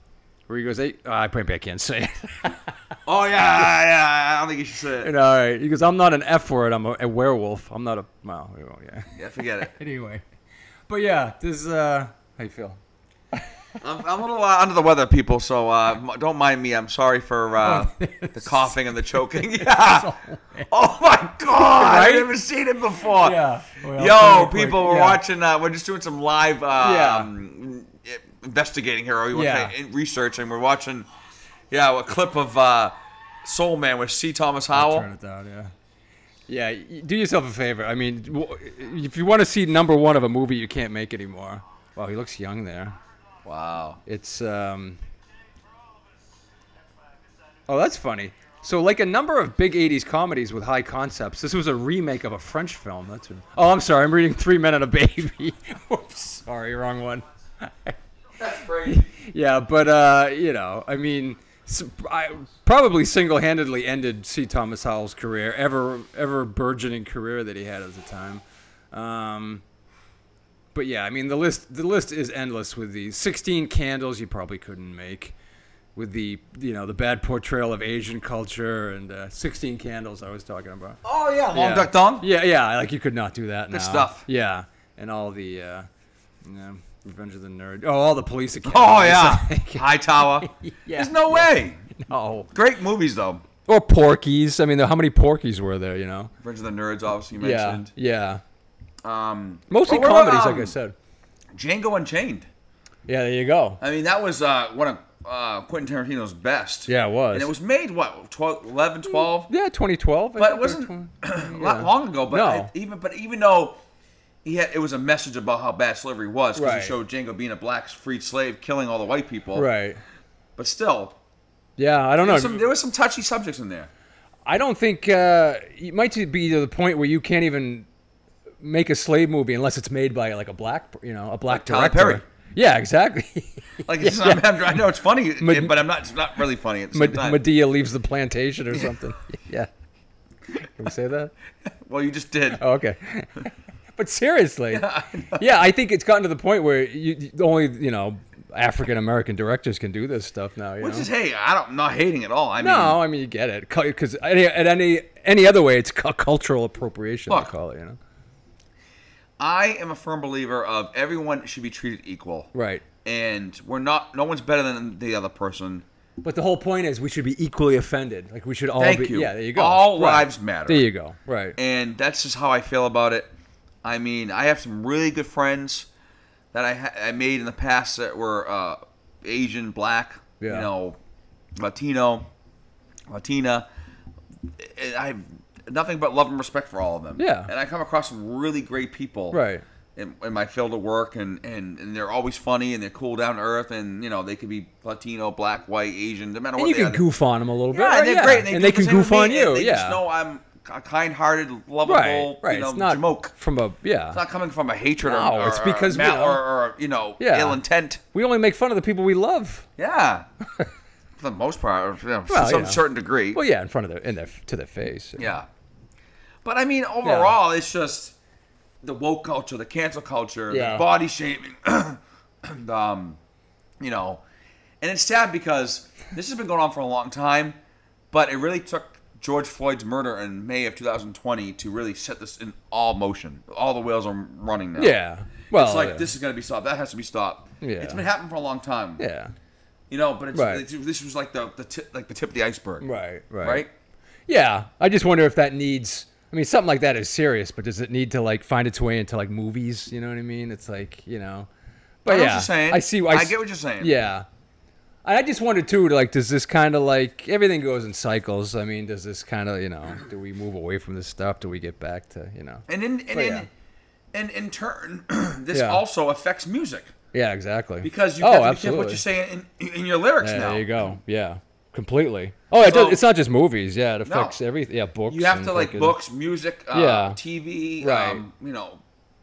where he goes, hey, uh, "I probably I can't say it."
Oh yeah, yeah, yeah, I don't think you should say it.
And, all right, he goes, "I'm not an F word. I'm a, a werewolf. I'm not a well, we won't- yeah."
Yeah, forget it.
Anyway, but yeah, this uh, how you feel?
I'm, I'm a little uh, under the weather, people, so uh, m- don't mind me. I'm sorry for uh, the coughing and the choking. Yeah. Oh my god, I've
Right?
never seen it
Uh,
before.
Yeah. Well,
Yo,
pretty
people,
quick,
we're
yeah.
watching. Uh, we're just doing some live uh,
Yeah.
um, investigating here, or you want
Yeah.
to say research, and we're watching. Yeah, a clip of uh, Soul Man with C. Thomas
Turn
Howell.
it down, yeah.
yeah. y- Do yourself a favor. I mean, w- if you want to see number one of a movie, you can't make anymore. Wow, he looks young there.
Wow.
It's um. Oh, that's funny. So, like a number of big '80s comedies with high concepts, this was a remake of a French film. That's. what- Oh, I'm sorry. I'm reading Three Men and a Baby. Oops, sorry, wrong one.
That's crazy.
Yeah, but uh, you know, I mean, s I probably single-handedly ended C. Thomas Howell's career, ever ever burgeoning career that he had at the time. Um, but yeah, I mean, the list the list is endless with the 16 candles you probably couldn't make. With the you know the bad portrayal of Asian culture and uh, 16 candles I was talking about.
Oh yeah, Long
yeah.
Duck Dong.
Yeah, yeah, like you could not do that. Good
stuff.
Yeah, and all the uh, you know, Revenge of the Nerd. Oh, all the police academies.
Oh yeah, High Tower. There's no way.
no.
Great movies though.
Or Porkies. I mean, how many Porkies were there? You know.
Friends of the Nerds, obviously you
Yeah.
mentioned.
Yeah.
Um,
Mostly
Well, what about,
comedies, like I
um,
said.
Django Unchained.
Yeah, there you go.
I mean, that was uh, one of uh, Quentin Tarantino's best.
Yeah, it was. Mm,
And it was made what 12, 11, 12?
Yeah, 2012.
but it wasn't a lot long ago. But
No.
I- even but even though he had, it was a message about how bad slavery was because
Right.
he showed Django being a black freed slave, killing all the white people.
Right. Um,
But still,
Yeah, I
there
don't know.
was some, there was some touchy subjects in there.
I don't think uh, it might be to the point where you can't even make a slave movie unless it's made by like a black, you know, a black
Tyler
director.
Perry.
Yeah, exactly.
Like it's not, I'm, I know it's funny, but I'm not. It's not really funny at the same
Med-
time.
Medea leaves the plantation or something. yeah. Can we say that?
well, you just did.
Oh, okay. but seriously, yeah, I think it's gotten to the point where you you- only you know African American directors can do this stuff now. You
Which
know?
is hey, I don't I'm not hating at all. I mean,
no, I mean you get it because any at any any other way, it's cu- cultural appropriation. They
Look.
call it, you know.
I am a firm believer of everyone should be treated equal.
Right.
And we're not. No one's better than the other person.
But the whole point is we should be equally offended. Like we should all
Thank
be.
you.
Yeah, there you go.
All
Right.
lives matter.
There you go. Right.
and that's just how I feel about it. I mean, I have some really good friends that I ha- I made in the past that were uh, Asian, black, you
Yeah.
know, Latino, Latina. And I have nothing but love and respect for all of them.
Yeah.
and I come across some really great people.
Right.
In, in my field of work, and, and, and they're always funny, and they're cool down to earth, and you know they could be Latino, Black, White, Asian, no matter
and
what.
you
they
can
are.
goof on them a little bit.
Yeah,
right?
and they're great. And they,
And
do
they
the
can
same with
goof on
me, and
you.
They
yeah.
just know I'm a kind-hearted, lovable,
right. Right.
you know,
it's not
jamoke.
from a yeah.
It's not coming from a hatred
No,
or, or
it's because
or,
we
mal-
know-
or, or, you know
Yeah.
ill intent.
we only make fun of the people we love.
Yeah, for the most part, or, you know,
Well,
to some
yeah.
certain degree.
Well, yeah, in front of their in their to their face.
yeah, but I mean, overall, it's just the woke culture, the cancel culture,
Yeah.
the body shaming, the, um, you know, And it's sad because this has been going on for a long time, but it really took George Floyd's murder in May of 2020 to really set this in all motion. All the wheels are running now.
Yeah. Well,
it's like
yeah.
this is going to be stopped. That has to be stopped.
Yeah.
It's been happening for a long time.
Yeah.
You know, but it's,
Right.
it's- this was like the the tip, like the tip of the iceberg.
Right. Right.
Right.
Yeah. I just wonder if that needs. I mean, something like that is serious, but does it need to like find its way into like movies? You know what I mean? It's like you know. But
I know
yeah,
what you're saying.
I see. I,
I
s-
get what you're saying.
Yeah. And I just wonder too, like, does this kind of like everything goes in cycles? I mean, does this kind of you know, do we move away from this stuff? Do we get back to you know?
And in and
But
in,
Oh, yeah.
and in turn, this
Yeah.
also affects music
Yeah, exactly.
because you
oh,
have to be careful
absolutely.
what you say in, in your lyrics
yeah,
now.
There you go. Yeah, completely. Oh, it
So-
does, it's not just movies. Yeah, it affects everything. Yeah, books.
You have
and
to like
fucking
books, music, uh,
Yeah.
TV,
Right.
um, you know,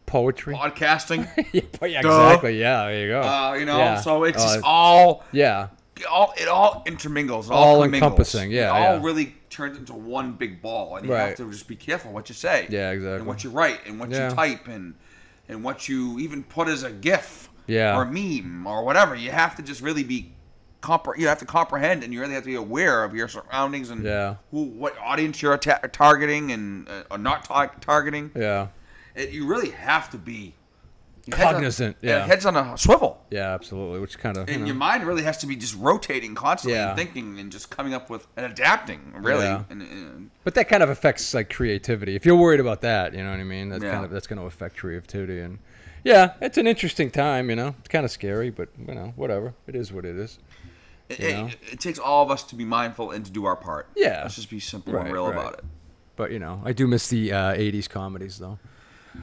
poetry.
podcasting.
yeah, but yeah,
Duh.
exactly. Yeah, there you go.
uh, you know,
Yeah.
so it's
Oh,
just all,
yeah,
all it all intermingles, it all
All
commingles.
encompassing,
It
yeah,
all
yeah.
really turns into one big ball, and you have
Right.
to just be careful what you say.
Yeah, exactly.
And what you write, and what
Yeah.
you type, and and what you even put as a GIF,
Yeah.
or a meme, or whatever. You have to just really be. Compre- you have to comprehend, and you really have to be aware of your surroundings and
Yeah.
who, what audience you're ta- targeting and uh, or not tar- targeting.
yeah,
It, you really have to be heads on-
cognizant.
uh,
yeah,
heads on a swivel,
yeah, absolutely. Which kind of
and your mind really has to be just rotating constantly,
Yeah.
and thinking, and just coming up with and adapting, really.
Yeah.
And, and-
But that kind of affects like creativity. If you're worried about that, you know what I mean. That's
Yeah.
kind of that's going to affect creativity. And yeah, it's an interesting time. You know, it's kind of scary, but you know, whatever. It is what it is.
it,
You know?
it, it takes all of us to be mindful and to do our part.
Yeah.
let's just be simple and
Right,
real
right.
about it.
But you know, I do miss the uh, '80s comedies though.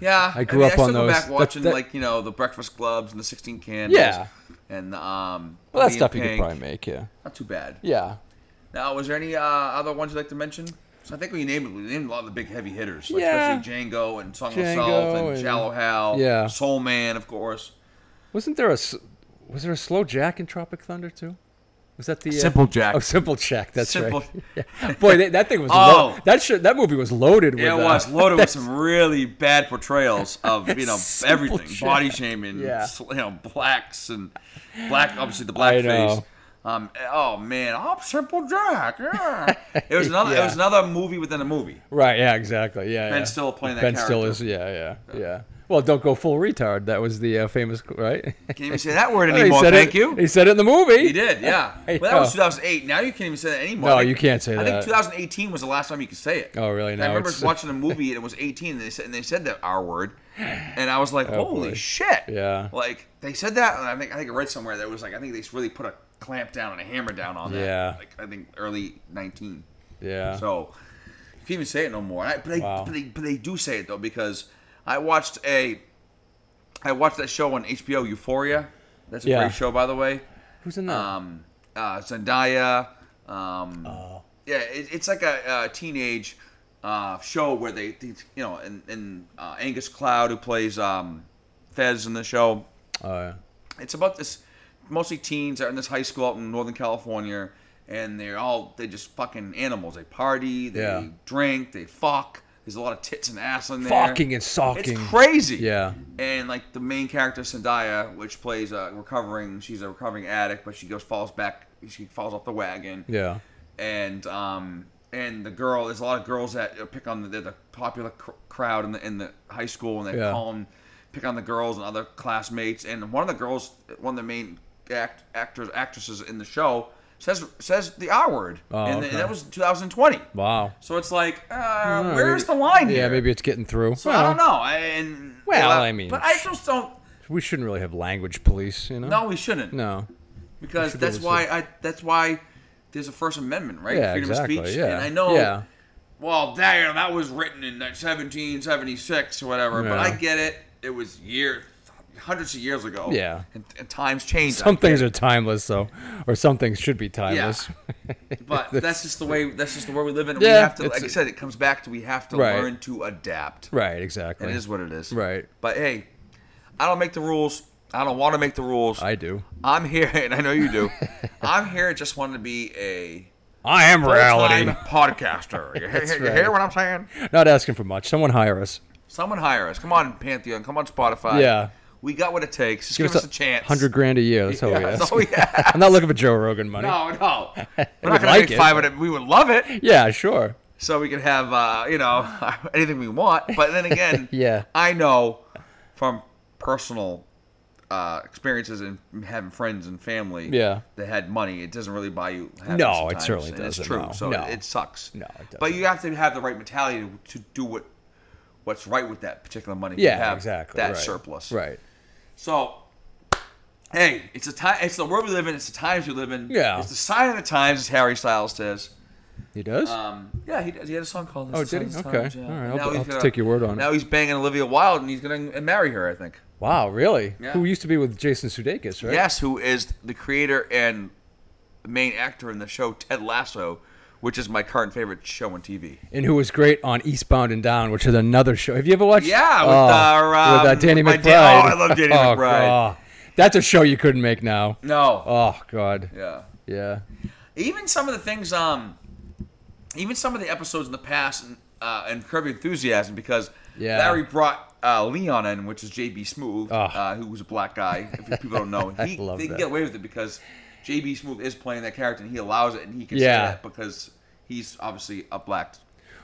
Yeah,
I grew
mean,
up
I
on
still go
those.
back
That-
watching
that-
like you know the Breakfast Clubs and the Sixteen Candles.
Yeah.
and um.
Well, that
Pretty in
stuff you could
Pink.
probably make. Yeah.
not too bad.
Yeah.
Now, was there any uh, other ones you'd like to mention? So I think we named we named a lot of the big heavy hitters, like
Yeah.
especially Django and Song
Django
of Self and,
and-
Shallow Hal,
Yeah.
Soul Man, of course.
Wasn't there a s- was there a slow jack in Tropic Thunder too? Was that the uh,
Simple Jack.
Oh, simple jack. That's
Simple-
right. Yeah. Boy, that, that thing was
Oh.
lo- that shit, that movie was loaded. With,
Yeah, it
uh,
was loaded with some really bad portrayals of you know
Simple
everything,
shit.
body shaming,
Yeah.
sl- you know blacks and black, obviously the
I
black face.
know.
Um, oh man, I'm Simple Jack. Yeah. It was another. It
Yeah.
was another movie within a movie.
Right. Yeah. Exactly. Yeah.
Ben
yeah.
Stiller playing that
Ben Still
character.
is. Yeah, yeah. Yeah. Well, don't go full retard. That was the uh, famous qu- right.
Can't even say that word
Oh, He
anymore.
said
Thank
it-
you.
He said it in the movie.
He did, yeah.
I
Well, that was
know.
2008. Now you can't even say that anymore.
No,
I think-
you can't say
I think
that.
2018 was the last time you could say it.
Oh, really?
And I
Now
remember
it's-
watching a movie and it was 18, and they said and they said that R word, and I was like, holy
Oh, boy.
shit.
Yeah.
Like they said that, and I think I think I read somewhere that it was like I think they really put a clamp down and a hammer down on that.
Yeah.
Like I think early 19.
Yeah.
So you can't even say it no more. I, but, they,
Wow.
but they but they do say it though because I watched a I watched that show on HBO Euphoria. That's a
Yeah.
great show by the way
Who's in that?
um, uh, Zendaya. Um,
Oh.
Yeah, it, it's like a, a teenage uh, show where they, they- you know, and, and uh, Angus Cloud, who plays um, Fez in the show,
oh, yeah.
it's about this mostly teens that are in this high school out in Northern California, and they're all they just fucking animals. They party, they
Yeah.
drink, they fuck. There's a lot of tits and ass in there.
Fucking and socking.
It's crazy.
Yeah.
And like the main character Zendaya, which plays a recovering, she's a recovering addict, but she goes falls back, she falls off the wagon.
Yeah.
And um and the girl, there's a lot of girls that uh, pick on the, they're the popular cr- crowd in the in the high school, and they
Yeah.
call and pick on the girls and other classmates. And one of the girls, one of the main act, actors actresses in the show says says the R word,
Oh,
and,
okay.
that was 2020.
Wow.
So it's like, uh,
Oh,
where's
maybe-
the line
Yeah,
here?
maybe it's getting through.
So I don't know. I, and
Well,
uh,
I mean-
but I just don't.
We shouldn't really have language police, you know?
No, we shouldn't.
No.
because
be
that's
able to
why I. That's why there's a First Amendment, right?
Yeah,
Freedom
exactly.
of speech.
Yeah.
And I know.
Yeah.
Well, damn, that was written in 1776 or whatever. But
Yeah.
I get it. It was year, hundreds of years ago.
Yeah.
And, and times change.
Some things are timeless, though, or some things should be timeless.
But that's just the way. That's just the way we live in. we
Yeah,
have to. Like
it's-
I said, it comes back to we have to
Right.
learn to adapt.
right, exactly.
It is what it is.
Right.
But hey, I don't make the rules. I don't want to make the rules.
I do.
I'm here, and I know you do. I'm here. Just wanting to be a
I am reality.
full-time podcaster. You, hear- you hear
right.
what I'm saying?
Not asking for much. Someone hire us.
Someone hire us. Come on, Pantheon. Come on, Spotify.
Yeah.
We got what it takes. Just give, us a, chance.
Hundred grand a year. That's how we
That's
ask.
all we have.
I'm not looking for Joe Rogan money.
No, no. Oh, We're
would
not gonna
like
make
it,
five hundred. We would love it.
Yeah, sure.
so we can have uh, you know anything we want. But then again,
Yeah.
I know from personal uh, experiences and having friends and family,
Yeah.
that had money. It doesn't really buy you. happiness
No, it
sometimes,
certainly
and
doesn't,
It's true.
no.
So
No.
It, it sucks.
No, it
But
doesn't.
you have to have the right mentality to, to do what what's right with that particular money. you
Yeah,
have
exactly.
That
right.
surplus.
Right.
So, hey, it's a time. It's the world we live in. It's the times we live in.
Yeah.
It's the sign of the times, as Harry Styles says.
He does.
Um, yeah, he, does. he had a song called.
Oh,
It's the
did he?
Signs of
Okay.
Times, yeah.
All right,
And
I'll-
now
I'll
he's gonna-
take your word on it.
Now he's banging Olivia Wilde, and he's going to marry her, I think.
wow, really?
Yeah.
Who used to be with Jason Sudeikis, right?
Yes, who is the creator and main actor in the show Ted Lasso, which is my current favorite show on TV.
And who was great on Eastbound and Down, which is another show. Have you ever watched?
Yeah, with,
oh,
uh,
with uh,
um,
Danny
my
McBride.
da- oh, I love Danny
Oh,
McBride.
God. That's a show you couldn't make now.
No.
Oh God.
Yeah.
Yeah.
Even some of the things, um, even some of the episodes in the past, and uh, and Curb Your Enthusiasm, because
Yeah.
Larry brought uh, Leon in, which is JB Smooth,
Oh.
uh, who was a black guy. If people don't know,
I
he
love
they can
that.
get away with it because JB Smooth is playing that character, and he allows it, and he can
Yeah.
say that because he's obviously a black.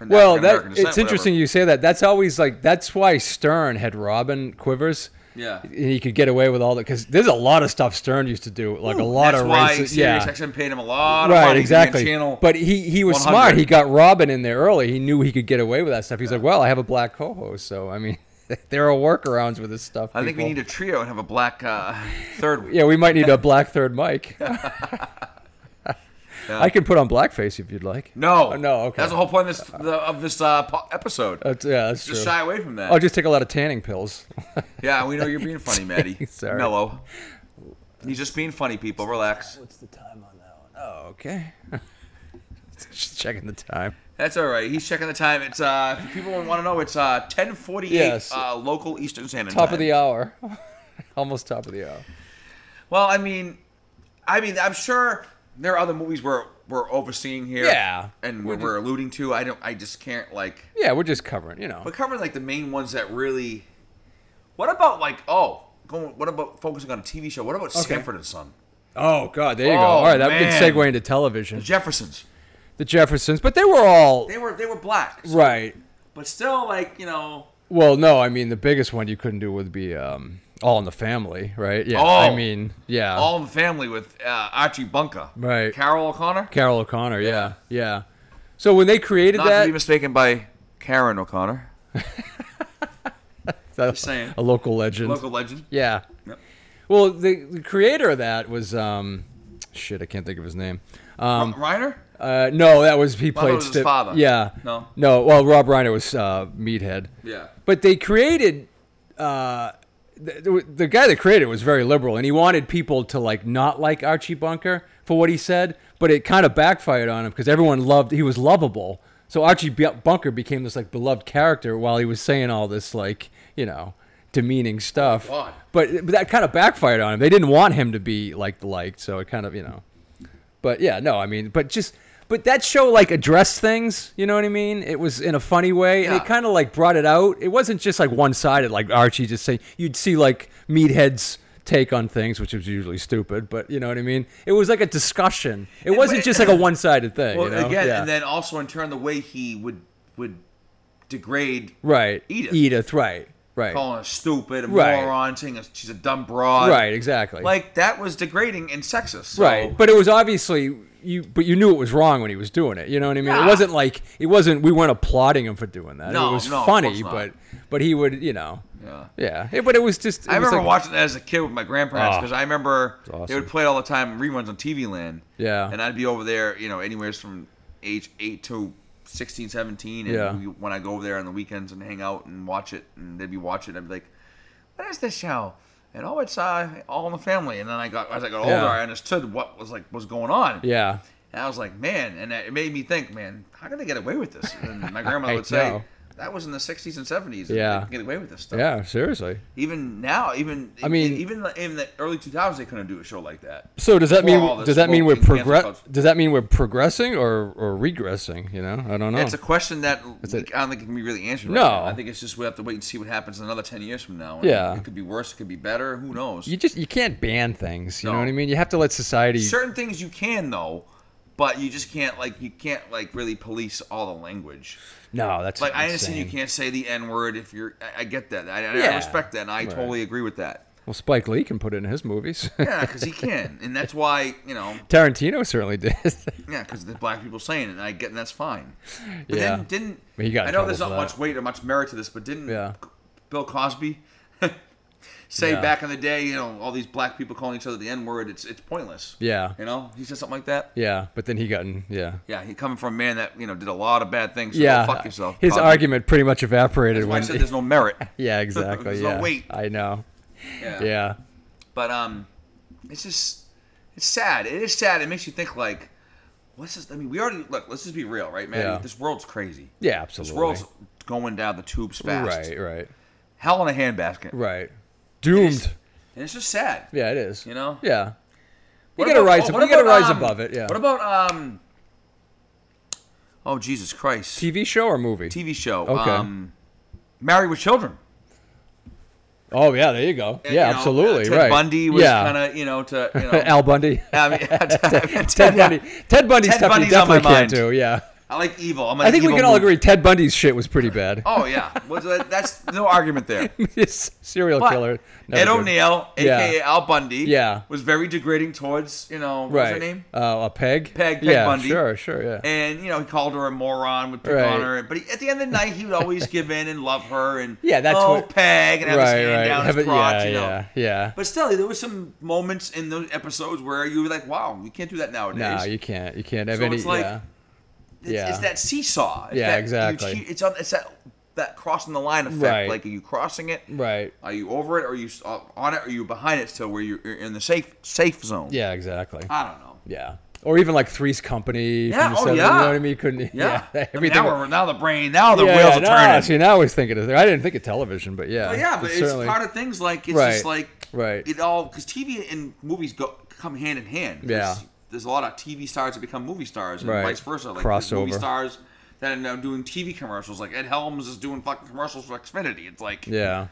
or
Well, that
African-American
it's
descent, whatever.
interesting you say that. That's always like that's why Stern had Robin Quivers.
Yeah.
And he could get away with all that because there's a lot of stuff Stern used to do, like a lot
That's
of
why
racist.
Sirius
yeah.
XM paid him a lot of money. to
Right,
be on
exactly.
Channel
But he, he was
100.
smart. He got Robin in there early. He knew he could get away with that stuff. He's like, well, I have a black co-host, so I mean, there are workarounds with this stuff.
I think we need a trio and have a black uh, third.
yeah, we might need a black third mic. I can put on blackface if you'd like.
No,
Oh, no, okay.
That's the whole point of this the, of this uh, po- episode.
That's, yeah, that's
just
true.
shy away from that.
I'll just take a lot of tanning pills.
yeah, we know you're being funny, Maddie.
Sorry.
Mellow. He's just being funny, people. Relax.
What's the time on that one? Oh, okay. Just checking the time.
That's all right. He's checking the time. It's uh, if people want to know, it's uh, 10:48
Yes.
uh, local Eastern Standard
Top
Time.
of the hour. Almost top of the hour.
Well, I mean, I mean, I'm sure there are other movies we're we're overseeing here.
Yeah.
and we're, we're alluding to. I don't. I just can't like.
Yeah, we're just covering, you know.
But covering like the main ones that really. What about like oh going? What about focusing on a TV show? What about Sanford and Son?
Oh, God, there you
Oh,
go. All right, that
man.
can segue into television.
The Jeffersons.
The Jeffersons, but they were all
They were they were black,
right.
but still like you know.
Well, no, I mean, the biggest one you couldn't do would be um, All in the Family, right? Yeah. I
Oh.
mean, yeah.
All in the Family with uh, Archie Bunker.
Right.
Carol O'Connor.
Carol O'Connor, yeah. Yeah. So when they created
Not to be
that,
mistaken by Karen O'Connor,
that-
saying.
a local legend.
local legend.
Yeah.
Yep.
Well, the, the creator of that was um, shit. I can't think of his name. Um,
Reiner.
uh, no, that was he played
was his
Stip-
father.
Yeah.
No.
No. Well, Rob Reiner was uh, Meathead.
Yeah.
But they created uh, the, the guy that created it was very liberal, and he wanted people to like not like Archie Bunker for what he said, but it kind of backfired on him because everyone loved he was lovable. So Archie B- Bunker became this like beloved character while he was saying all this like you know demeaning stuff.
God.
But, but that kind of backfired on him. They didn't want him to be like liked, so it kind of you know. But yeah, no, I mean, but just but that show like addressed things, you know what I mean? It was in a funny way, and
Yeah.
it kind of like brought it out. It wasn't just like one sided, like Archie just saying. You'd see like Meathead's take on things, which was usually stupid, but you know what I mean. It was like a discussion. It wasn't just like a one sided thing.
Well,
you know?
again,
Yeah.
and then also in turn the way he would would degrade
right,
Edith.
Edith, right, right,
calling her stupid, a
Right.
moron, saying she's a dumb broad.
right, exactly,
Like that was degrading and sexist. So.
right. But it was obviously. You, but you knew it was wrong when he was doing it. You know what I mean?
Yeah.
It wasn't like it wasn't. We weren't applauding him for doing that.
No,
it was
no, of course
funny,
not.
but but he would, you know,
Yeah.
Yeah, it- but it was just. It
I
was
remember
like-
watching that as a kid with my grandparents
Ah.
because I remember they
awesome.
would play it all the time reruns on TV Land.
Yeah.
And I'd be over there, you know, anywhere from age 8 to 16, 17. And
Yeah.
we, when I go over there on the weekends and hang out and watch it, and they'd be watching it, I'd be like, what is this show? And oh, it's uh, All in the Family. And then I got as I got older,
Yeah.
I understood what was like was going on.
Yeah,
And I was like, man, and it made me think, man, how can they get away with this? And my grandmother
I
would say,
know.
that was in the '60s and '70s.
Yeah.
they could get away with this stuff.
Yeah, seriously.
Even now, even
I mean-
even in the early 2000s, they couldn't do a show like that.
So does that
Before
mean
all this
does that mean we're
woke and cancel
progress?
culture.
Does that mean we're progressing or or regressing? You know, I don't know.
It's a question that I
a-
don't think it can be really answered. right
No.
now. I think it's just we have to wait and see what happens in another 10 years from now. And
Yeah.
it could be worse. It could be better. Who knows?
you just you can't ban things. You know
No.
what I mean? You have to let society.
Certain things you can though, but you just can't like you can't like really police all the language.
no, that's
Like I
insane.
understand you can't say the N word if you're. I, I get that. I, I
Yeah.
respect that. and I totally agree with that.
Well, Spike Lee can put it in his movies.
Yeah, because he can, and that's why you know.
Tarantino certainly did.
Yeah, because the black people saying it, and I get, and that's fine. But
Yeah.
then didn't
But he got in
I know there's not
trouble for that.
much weight or much merit to this, but didn't
Yeah.
Bill Cosby say
Yeah.
back in the day, you know, all these black people calling each other the N word? It's it's pointless.
yeah,
You know, he said something like that.
yeah, but then he got in. Yeah,
Yeah, he coming from a man that you know did a lot of bad things. So
yeah.
go fuck yourself.
His
Cosby.
argument pretty much evaporated
That's why I
when.
said there's no merit.
yeah, exactly.
there's no
yeah,
weight.
I know.
Yeah.
Yeah,
But um, it's just it's sad. It is sad. It makes you think like, what's this? I mean, we already look. Let's just be real, right, man?
Yeah.
This world's crazy.
yeah,
This
absolutely.
world's going down the tubes fast.
Right, right,
Hell in a handbasket.
right. Doomed.
And it's just sad.
Yeah, it is.
You know?
Yeah. You
What
gotta
about-
rise.
oh,
ab-
what
you gotta
about,
rise
um,
above it. Yeah.
What about um? Oh Jesus Christ!
TV show or movie?
TV show.
Okay.
Um, Married with Children.
Oh yeah, there you go.
And,
yeah,
you know,
absolutely.
Ted
right.
Bundy was
yeah.
kind of you know to you know.
Al Bundy.
I mean, Ted,
Ted Bundy. Ted Bundy's
Ted
stuff
Bundy's
you
on my
definitely
mind.
can't do. Yeah.
I like evil. I'm an
I think we
evil
can all
movie.
agree Ted Bundy's shit was pretty bad.
Oh yeah, Well, that- that's no argument there.
It's serial
But
killer. never
Oh. Ed
good.
O'Neill,
Yeah.
aka Al Bundy,
Yeah.
was very degrading towards you know what was
Right.
her name,
Uh, a peg.
Peg- Peg
yeah,
Bundy.
Sure. Sure. Yeah.
and you know he called her a moron, would pick
Right.
on her, but he, at the end of the night he would always give in and love her and
Yeah, that's
oh
what-
Peg and have his
right.
hand
Right.
down
Have
his
it-
crotch,
yeah.
you know.
Yeah. Yeah.
But still, there was some moments in those episodes where you were like, "Wow, you can't do that nowadays."
No, you can't. You can't have
So
any.
it's like-
yeah.
it's,
yeah.
it's that seesaw. It's
Yeah,
that, you
exactly.
che- it's on. It's that that crossing the line effect.
Right.
Like, are you crossing it?
Right.
Are you over it? Or are you s- uh, on it? Or are you behind it still? Where you're you're in the safe safe zone?
Yeah. Exactly.
I don't know.
Yeah. Or even like Three's Company.
Yeah,
From the
oh,
70s, You
yeah.
know what I mean? You couldn't.
Yeah.
Yeah.
I mean, now, we're, now the brain, now the
yeah,
wheels are
no,
turning.
See, now I was thinking of. I didn't think of television, but yeah.
But yeah, but it's
certainly-
part of things like it's
Right,
just like
right.
it all because TV and movies go come hand in hand. 'Cause
Yeah.
there's a lot of TV stars that become movie stars and
Right.
vice versa. Like there's movie
Crossover.
stars that are now doing TV commercials. Like Ed Helms is doing fucking commercials for Xfinity. It's like
Yeah.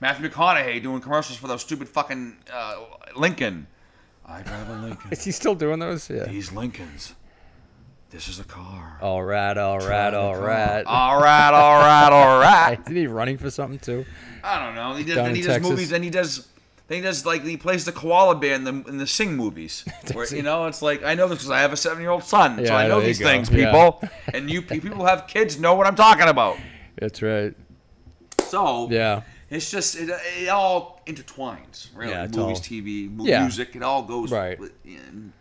Matthew McConaughey doing commercials for those stupid fucking uh, Lincoln. I drive a Lincoln.
Is he still doing those? Yeah.
These Lincolns. This is a car.
All right, all right, all right.
All right, all right, all right.
Isn't he running for something too?
I don't know. He does,
Down
then
in
he does
Texas.
movies. Then he does. Then he does like he plays the koala bear in the in the Sing movies. where,
he?
you know, it's like I know this because I have a seven year old son, so
Yeah,
I know
there you
these
go.
things,
Yeah.
people. and you people who have kids know what I'm talking about.
That's right.
So
Yeah.
it's just it, it all intertwines. Really,
Yeah, it's
movies,
all-
TV, mu-
Yeah.
music, it all goes
Right.
with- in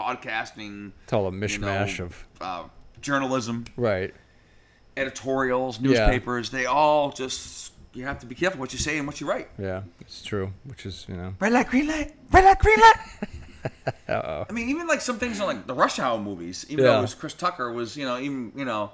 podcasting,
It's all a
you
mishmash
know,
of.
uh, journalism,
Right.
editorials,
Yeah.
newspapers. They all just you have to be careful what you say and what you write.
Yeah. It's true. Which is, you know.
Red light, green light. Red light, green light. I mean, even like some things on like the Rush Hour movies, even though
Yeah.
it was Chris Tucker was, you know, even you know,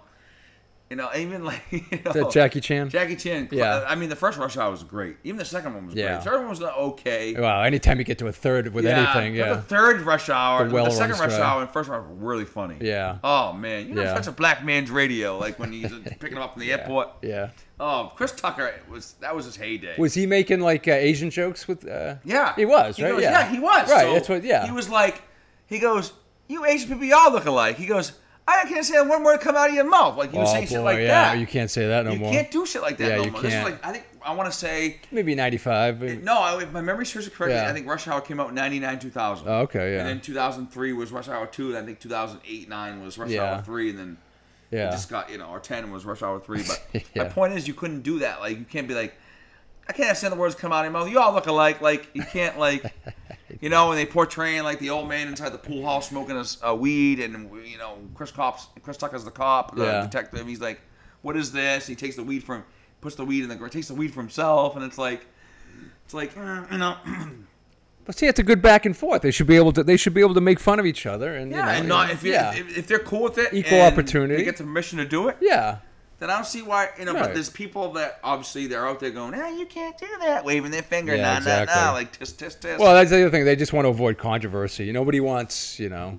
you know, even like you know,
Is that Jackie Chan?
Jackie Chan.
Yeah.
I mean, the first Rush Hour was great. Even the second one was
Yeah.
great. The third one was not okay.
Wow. Anytime you get to a third with anything,
but
yeah.
The third Rush Hour,
The
the,
well-run
second Rush
style.
Hour, and first one were really funny.
Yeah.
Oh man, you know,
Yeah.
such a black man's radio, like when he's picking him up from the airport.
Yeah.
Oh, Chris Tucker was that was his heyday.
Was he making like uh, Asian jokes with? Uh...
Yeah.
He was, right?
goes,
Yeah.
yeah. he was.
Right,
So
that's what- yeah.
He was like, he goes, you Asian people, y'all look alike. He goes, I can't say one word come out of your mouth. Like, he was
Oh,
saying
boy,
shit like
yeah.
that.
You can't say that no
You
more.
can't do shit like that
Yeah,
no
you
more. This is
can't.
like, I think, I want to say,
Maybe ninety-five. but-
no, I- if my memory serves me correctly,
Yeah.
I think Rush Hour came out in 99, 2000.
Oh, okay. Yeah.
And then 2003 was Rush Hour 2, and I think 2008, 9 was Rush
Yeah.
Hour 3, and then it
yeah.
just got, you know, or 10 was Rush Hour 3. But
Yeah.
my point is, you couldn't do that. Like, you can't be like, I can't understand the words come out of your mouth. You all look alike. Like, you can't, like, you know, and they portraying, like, the old man inside the pool hall smoking a, s- a weed, and, you know, Chris Cop's, Chris Tucker's the cop, the
Yeah.
detective. He's like, what is this? He takes the weed from, puts the weed in the, gr- takes the weed for himself, and it's like, it's like, mm, you know,
But see, it's a good back and forth. They should be able to. They should be able to make fun of each other and you
yeah,
know,
and not, if, you
yeah.
if, if they're cool with it,
Equal
and
opportunity.
They get the permission to do it.
yeah.
Then I don't see why, you know, but
Right.
there's people that obviously they're out there going, "No, you can't do that," waving their finger,
Yeah,
nah,
exactly.
nah, nah, like tisk, tisk, tisk.
Well, that's the other thing. They just want to avoid controversy. Nobody wants, you know,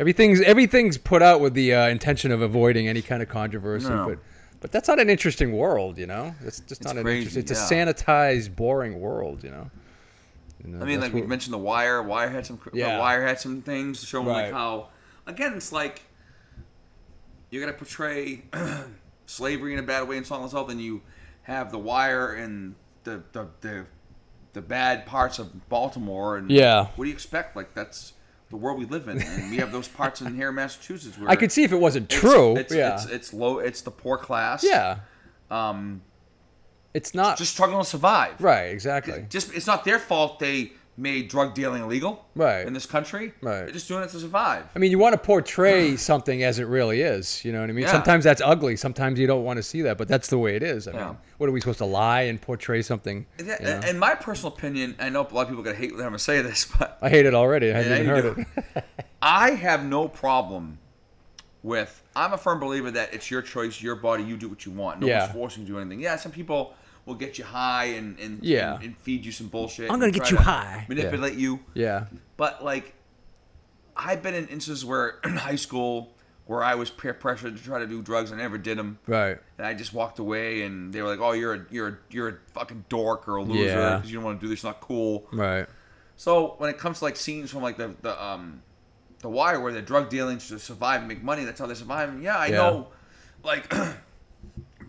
everything's everything's put out with the uh, intention of avoiding any kind of controversy.
No.
But but that's not an interesting world, you know. That's just not an
crazy,
interesting. It's
yeah.
a sanitized, boring world, you know. And, uh,
I mean,
that's
like we
what-
mentioned, the Wire. Wire had some.
Yeah.
The Wire had some things showing
Right.
like how, again, it's like you're gonna portray slavery in a bad way in Song of the South, and you have the Wire and the the the, the bad parts of Baltimore. And
Yeah.
what do you expect? Like that's the world we live in, and we have those parts in here in Massachusetts. Where
I could see if it wasn't
it's-
true.
It's,
yeah,
it's, it's low. It's the poor class.
yeah.
Um,
It's not
just struggling to survive.
right. Exactly.
Just it's not their fault they made drug dealing illegal.
Right.
In this country.
Right.
They're just doing it to survive.
I mean, you want to portray something as it really is. You know what I mean?
Yeah.
Sometimes that's ugly. Sometimes you don't want to see that, but that's the way it is. I
Yeah.
mean, what are we supposed to lie and portray something?
And that-
you know?
In my personal opinion, I know a lot of people are gonna hate when I'm gonna say this, but
I hate it already. I
Yeah,
haven't
you
even heard
do.
it.
I have no problem with. I'm a firm believer that it's your choice, your body, you do what you want. No
Yeah.
one's forcing you to do anything. Yeah, some people will get you high and and,
Yeah.
and, and feed you some bullshit.
I'm
and
gonna get
try
you
to
high.
manipulate you.
Yeah.
But like, I've been in instances where in high school where I was peer pressured to try to do drugs. I never did them,
Right.
and I just walked away. And they were like, "Oh, you're a you're a, you're a fucking dork or a loser
Yeah.
because you don't want to do this. It's not cool."
Right.
So when it comes to like scenes from like the the um the wire where they're drug dealing to survive and make money, that's how they survive. Yeah, I
Yeah.
know, like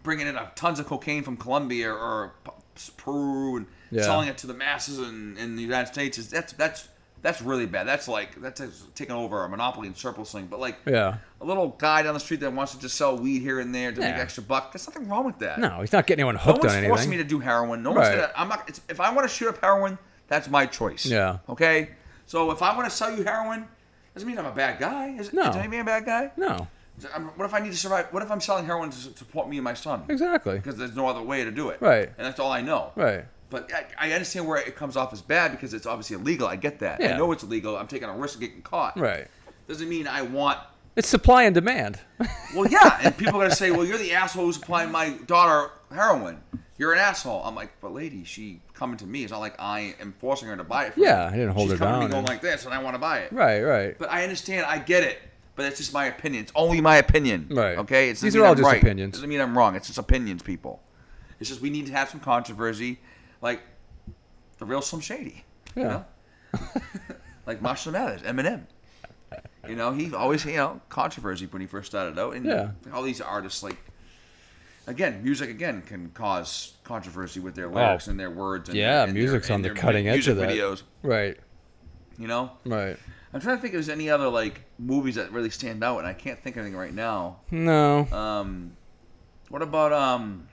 bringing in a, tons of cocaine from Colombia or P- Peru and
Yeah.
selling it to the masses in, in the United States is that's that's that's really bad. That's like that's taking over a monopoly and surplusing. But like
Yeah.
a little guy down the street that wants to just sell weed here and there to make
Yeah.
extra buck, there's nothing wrong with that.
No, he's not getting anyone
No
hooked
one's
on
forcing
anything.
me to do heroin. No one's
Right.
gonna. I'm not. It's, if I want to shoot up heroin, that's my choice.
Yeah.
Okay. So if I want to sell you heroin, doesn't mean I'm a bad guy. Is,
No.
Does that mean I'm a bad guy?
no.
I'm, what if I need to survive? What if I'm selling heroin to su- support me and my son?
Exactly.
Because there's no other way to do it.
Right.
And that's all I know.
Right.
But I, I understand where it comes off as bad because it's obviously illegal. I get that.
Yeah.
I know it's illegal. I'm taking a risk of getting caught.
Right.
Doesn't mean I want
It's supply and demand.
well, yeah, and people are gonna say, "Well, you're the asshole who's applying my daughter heroin. You're an asshole." I'm like, "But lady, she coming to me. It's not like I am forcing her to buy it." For me.
Yeah, I didn't hold
She's
her
coming to
down
me going
and-
like this, and I want to buy it.
right. Right.
But I understand. I get it. But that's just my opinion. It's only my opinion.
Right.
Okay. It's
These
doesn't
are
mean
all
I'm
just
right.
opinions.
Doesn't mean I'm wrong. It's just opinions, people. It's just we need to have some controversy, like the real Slim Shady. You
Yeah.
know? like Marshall Mathers, Eminem. You know, he always, you know, controversy when he first started out. And
Yeah.
all these artists, like, again, music, again, can cause controversy with their lyrics and their words. And
Oh. Yeah,
their, and
music's
their,
on
and
the
their
cutting edge
music
of that.
videos,
Right.
you know?
Right.
I'm trying to think if there's any other, like, movies that really stand out, and I can't think of anything right now.
No.
Um, what about, um,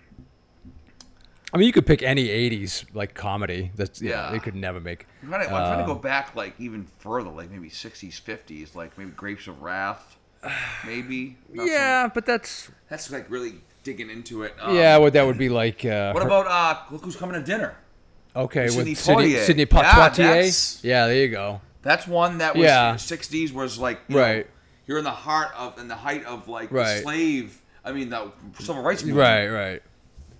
I mean, you could pick any '80s like comedy. That's yeah.
Yeah.
they could never make.
I'm trying, to, I'm trying to
Um,
go back, like, even further, like, maybe 60s, 50s, like, maybe Grapes of Wrath, maybe? Not so-
Yeah, but that's
That's, like, really digging into it. Um,
yeah. What that would be like. Uh,
What about uh, look who's coming to dinner?
okay
Sidney
with Sydney
Poitier?
Sydney
Yeah,
Poitier?
that's-
Yeah, there you go.
That's one that was
Yeah.
'60s was like you
Right.
Know, you're in the heart of in the height of like
Right.
the slave. I mean the civil rights movement.
Right. Right.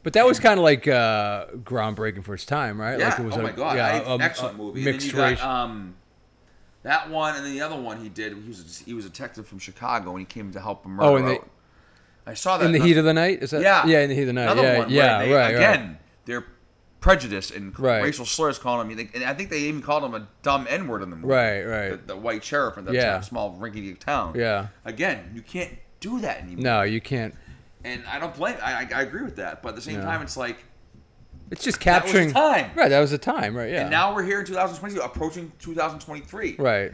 But that was kind of like uh, groundbreaking for its time, right?
Yeah.
Like it was
oh
a,
my god.
yeah, um, uh,
I,
a-
excellent
a
movie.
Mixed
and then you
race.
got, um, that one and then the other one he did. He was a, he was a detective from Chicago and he came to help a murderer.
in the-
out. I saw that
Oh, in the
another-
heat of the night. Is that
Yeah.
Yeah, in the heat of the night.
Another
yeah,
one
yeah,
where they,
right, right.
Again, they're prejudiced and
Right.
racial slurs calling him. And I think they even called him a dumb N word in the movie.
Right, right.
The, the white sheriff in the
Yeah.
town- small rinky dink town.
Yeah.
Again, you can't do that anymore.
No, you can't.
And I don't blame. I, I, I agree with that. But at the same
Yeah.
time, it's like,
It's just
That was the
capturing
time.
Right, that was the time, right? Yeah.
and now we're here in 2022, approaching 2023.
right.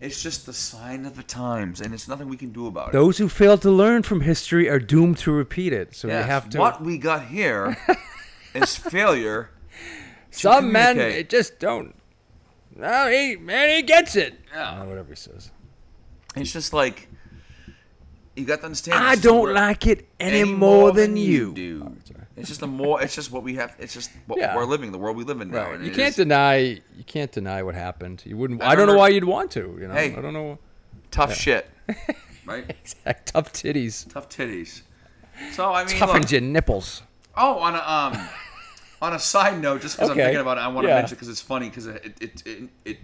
It's just the sign of the times, and it's nothing we can do about it.
Those who fail to learn from history are doomed to repeat it. So
Yes,
we have to.
What we got here is failure. to
Some men
communicate.
they just don't. No, he man, he gets it.
Yeah.
Or whatever he says.
It's just like you got to understand.
I
this is
don't
where-
like it any, more than you.
do. It's just the more. It's just what we have. It's just what
Yeah.
we're living. The world we live in now.
Right.
and
You
it
can't
is
deny. You can't deny what happened. You wouldn't.
I
I, don't know
remember-
why you'd want to. You know.
Hey.
I don't know.
tough shit. Right.
Tough titties.
Tough titties. So I mean, look,
Toughens your nipples.
oh, on a um, on a side note, just because
Okay.
I'm thinking about it, I want to
Yeah.
mention because it's funny because it it, it it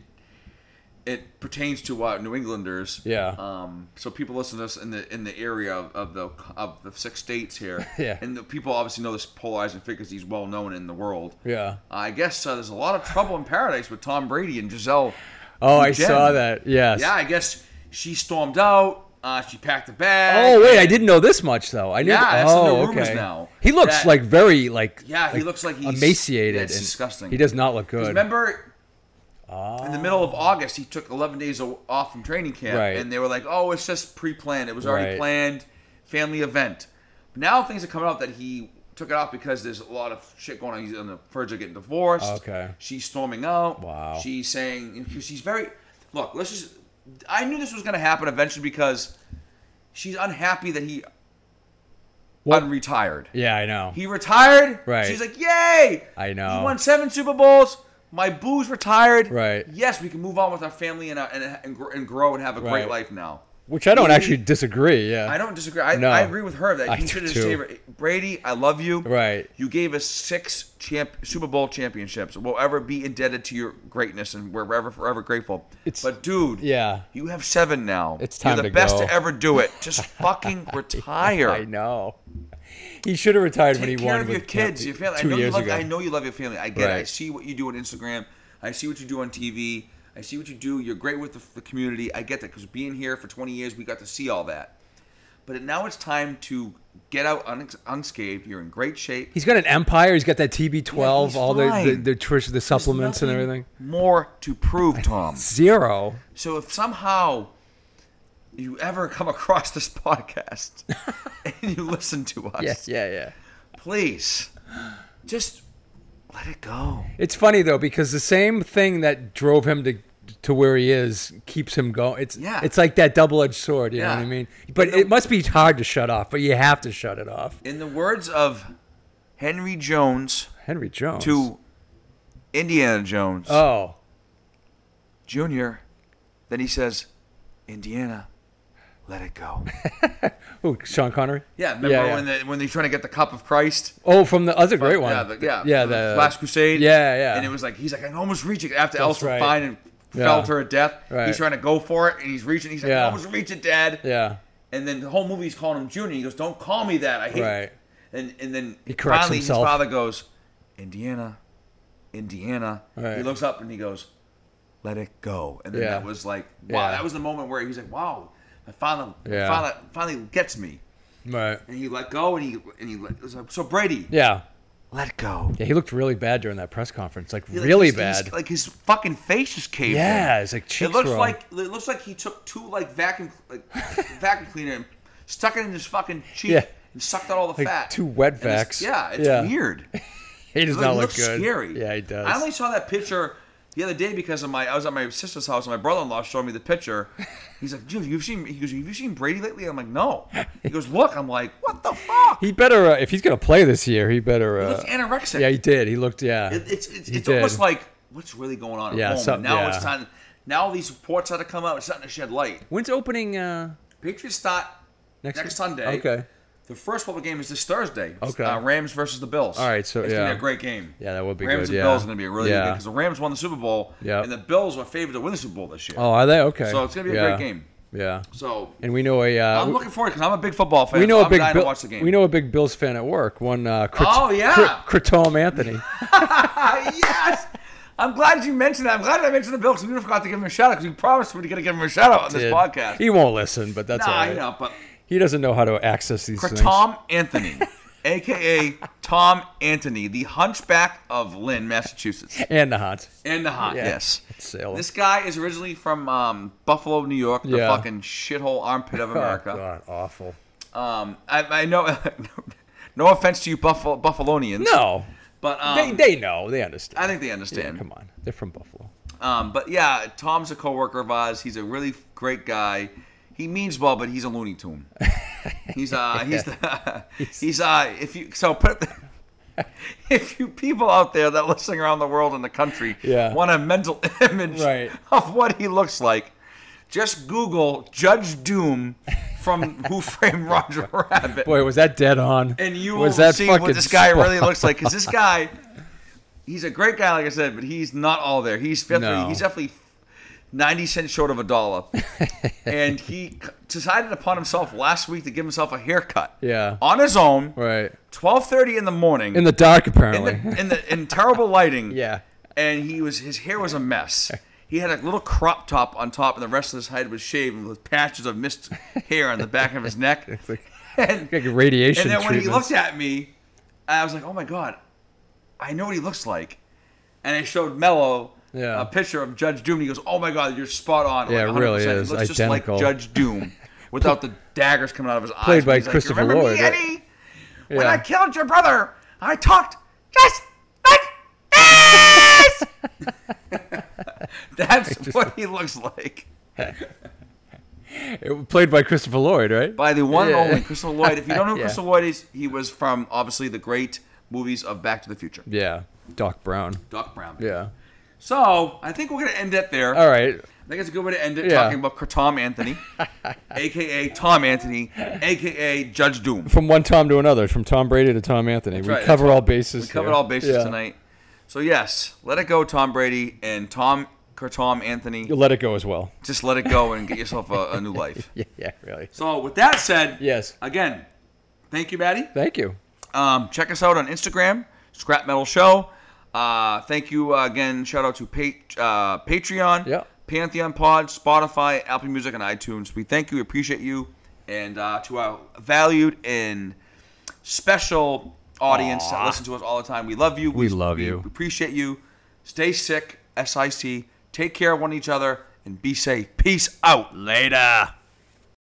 it pertains to uh, New Englanders.
Yeah.
Um. So people listen to us in the in the area of, of the of the six states here.
Yeah.
And the people obviously know this polarizing figure because he's well known in the world.
Yeah.
I guess uh, there's a lot of trouble in paradise with Tom Brady and Giselle.
Oh, I
Jen.
saw that. Yes.
Yeah, I guess she stormed out. Uh, she packed a bag.
Oh wait, I didn't know this much though. I knew.
Yeah, that's the
oh,
new
okay.
rumors now.
He looks
That-
like very like.
Yeah, he looks like he's
emaciated.
Yeah, it's
and
disgusting.
He does not look good.
Remember,
Ah.
in the middle of August, he took 11 days o- off from training camp,
Right.
and they were like, "Oh, it's just pre-planned. It was already
Right.
planned, family event." Now things are coming out that he took it off because there's a lot of shit going on. He's on the verge of getting divorced.
Okay.
She's storming out.
Wow.
She's saying she's very. Look, let's just. I knew this was going to happen eventually because she's unhappy that he
What-
unretired.
Yeah, I know.
He retired.
Right.
She's like, yay!
I know.
He won seven Super Bowls. My boo's retired.
Right.
Yes, we can move on with our family and our, and, uh, and, gr- and grow and have a great
Right.
life now.
Which I don't actually disagree. Yeah.
I don't disagree. I,
No.
I agree with her that
I
he
do
should have
too.
saved Brady. I love you.
Right.
You gave us six champ Super Bowl championships. We'll ever be indebted to your greatness, and we're ever forever grateful.
It's-
but dude,
Yeah.
you have seven now.
It's time
You're the
to
best
go.
to ever do it. Just fucking retire.
I know. He should have retired when he
Take
won
care of
with
your kids, your family. I
Two
know you
years
love.
ago.
I know you love your family. I get it. I
Right.
see what you do on Instagram. I see what you do on TV. I see what you do. You're great with the, the community. I get that because being here for 20 years, we got to see all that. But now it's time to get out un- unscathed. You're in great shape.
He's got an empire. He's got that
Yeah,
TB12,
he's
all the the,
fine.
the, tris- the
There's
supplements and
nothing
everything.
More to prove, Tom.
Zero.
So if somehow you ever come across this podcast and you listen to us,
Yeah. Yeah.
please just let it go.
It's funny though because the same thing that drove him to to where he is keeps him going. It's
Yeah.
It's like that double edged sword. You know
Yeah.
what I mean? But
the-
it must be hard to shut off. But you have to shut it off.
In the words of Henry Jones
Henry Jones.
to Indiana Jones
Oh.
Jr., then he says, Indiana, let it go.
Ooh, Sean Connery.
Yeah, remember
Yeah, yeah.
when the, when they're trying to get the cup of Christ?
Oh, from the other great one.
Yeah, the, yeah,
yeah.
the,
The
Last Crusade.
Yeah, yeah.
And it was like he's like I can almost reach it after Elsa
right.
Fine and
Yeah.
fell to her death.
Right.
He's trying to go for it and he's reaching. He's like I
Yeah.
can almost reach it, Dad.
Yeah.
And then the whole movie's calling him Junior. He goes, "Don't call me that. I hate."
Right.
It. And and then
He corrects
finally
himself.
his father goes, "Indiana, Indiana."
Right.
He looks up and he goes, "Let it go." And then
Yeah.
that was like, wow,
Yeah.
that was the moment where he's like, "Wow, my father,
Yeah.
father finally gets me."
Right.
And he let go and he and he let, it was like, so Brady,
Yeah.
let go.
Yeah, he looked really bad during that press conference. Like,
He, like,
really
his- his-
bad.
like his fucking face just caved. in.
yeah, it's like cheeks
It looks
were all-
like it looks like he took two like vacuum like vacuum cleaner and stuck it in his fucking cheek
Yeah.
and sucked out all the
Like
fat.
two wet
And it's-
vacs.
Yeah, it's
Yeah.
weird.
he does
It
not look
looks
good.
scary.
Yeah, he does.
I only saw that picture the other day because of my I was at my sister's house and my brother-in-law showed me the picture. He's like, "Dude, you've seen?" He goes, "Have you seen Brady lately?" I'm like, "No." He goes, "Look." I'm like, "What the fuck?"
he better uh, if he's gonna play this year. He better.
He
Uh,
looks anorexic.
yeah, he did. He looked. Yeah,
It- it's it's,
He
it's almost
did.
like what's really going on at
Yeah,
home.
some-
And now
yeah.
it's time. Now all these reports had to come out. It's starting to shed light.
When's opening uh,
Patriots start next, Sunday.
Okay.
The first public game is this Thursday. It's,
Okay.
Uh, Rams versus the Bills.
All right, so,
it's gonna
yeah.
be a great game.
Yeah, that would be
Rams
good.
and
yeah.
Bills are gonna be a really good
yeah.
game because the Rams won the Super Bowl.
Yep.
And the Bills were favored to win the Super Bowl this year.
Oh, are they okay?
So it's gonna be a
yeah.
great game.
Yeah,
So
and we know a. Uh,
I'm
we-
looking forward because I'm a big football fan.
we know
so
a
I'm
big.
dying
Bill-
to watch the game.
We know a big Bills fan at work. One. Uh, Crit-
Oh, yeah.
Crit- Critom Anthony.
Ah, yes. I'm glad you mentioned that. I'm glad I mentioned the Bills. 'cause We forgot to give him a shout out because we promised we were gonna give him a shout out on this
Did.
podcast.
He won't listen, but that's
nah,
all right.
I know, but
He doesn't know how to access these things.
Tom Anthony, aka Tom Anthony, the hunchback of Lynn, Massachusetts,
and the hunt.
and the hot.
Yeah.
Yes,
Salem.
this guy is originally from um, Buffalo, New York, the
Yeah.
fucking shithole armpit of
Oh,
America.
God, awful.
um, I, I know. no offense to you, Buffalo Buffalonians.
No,
but um,
they, they know. They understand.
I think they
Yeah,
understand.
come on, they're from Buffalo.
Um, but yeah, Tom's a coworker of ours. He's a really great guy. He means well, but he's a Looney Tune. He's uh, he's the, he's uh, if you so put it, if you people out there that listening around the world in the country
Yeah.
want a mental image
Right.
of what he looks like, just Google Judge Doom from Who Framed Roger Rabbit.
Boy, was that dead on?
and you
was
will
that
see
fucking
what this guy
spot-
really looks like. Because this guy, he's a great guy, like I said, but he's not all there. He's definitely
No.
he's definitely ninety cents short of a dollar, and he c- decided upon himself last week to give himself a haircut.
Yeah.
on his own,
Right.
twelve thirty in the morning,
In the dark,
in
apparently.
the in, the, in terrible lighting.
Yeah.
and he was his hair was a mess. He had a little crop top on top, and the rest of his head was shaved with patches of mist hair on the back of his neck.
like-
and
like radiation
and then when he
treatments.
looked at me, I was like, "Oh my god, I know what he looks like." And I showed Mello
Yeah.
a picture of Judge Doom. And he goes, "Oh my god, you're spot on."
Yeah, it
like
really
100%.
is
He looks
identical.
just like Judge Doom, without the daggers coming out of his eyes.
Played by
He's like,
Christopher
"Remember
Lloyd,
Me,
right?
Eddie? When
Yeah.
I killed your brother, I talked just like this. That's what he looks like.
It was played by Christopher Lloyd, right?
by the one and
Yeah.
only Crystal Lloyd. If you don't know who
Yeah.
Crystal Lloyd is, he was from obviously the great movies of Back to the Future.
yeah. Doc Brown.
Doc Brown.
Yeah.
So I think we're gonna end it there.
All right.
I think it's a good way to end it
Yeah.
talking about Tom Anthony, aka Tom Anthony, aka Judge Doom.
From one Tom to another, from Tom Brady to Tom Anthony. we
right,
cover
that's
all bases.
We covered
here.
all bases
Yeah.
tonight. So yes, let it go, Tom Brady and Tom Tom Anthony.
You let it go as well.
Just let it go and get yourself a, a new life.
Yeah, yeah, really.
So with that said,
Yes.
again, thank you, Maddie.
Thank you.
Um, check us out on Instagram, Scrap Metal Show. Uh, thank you uh, again. Shout out to pa- uh, Patreon,
Yeah.
Pantheon Pod, Spotify, Apple Music, and iTunes. We thank you, we appreciate you, and uh, to our valued and special audience that listen to us all the time. We love you.
We love you.
We appreciate you. Stay sick, S I C. Take care of one each other and be safe. Peace out. Later.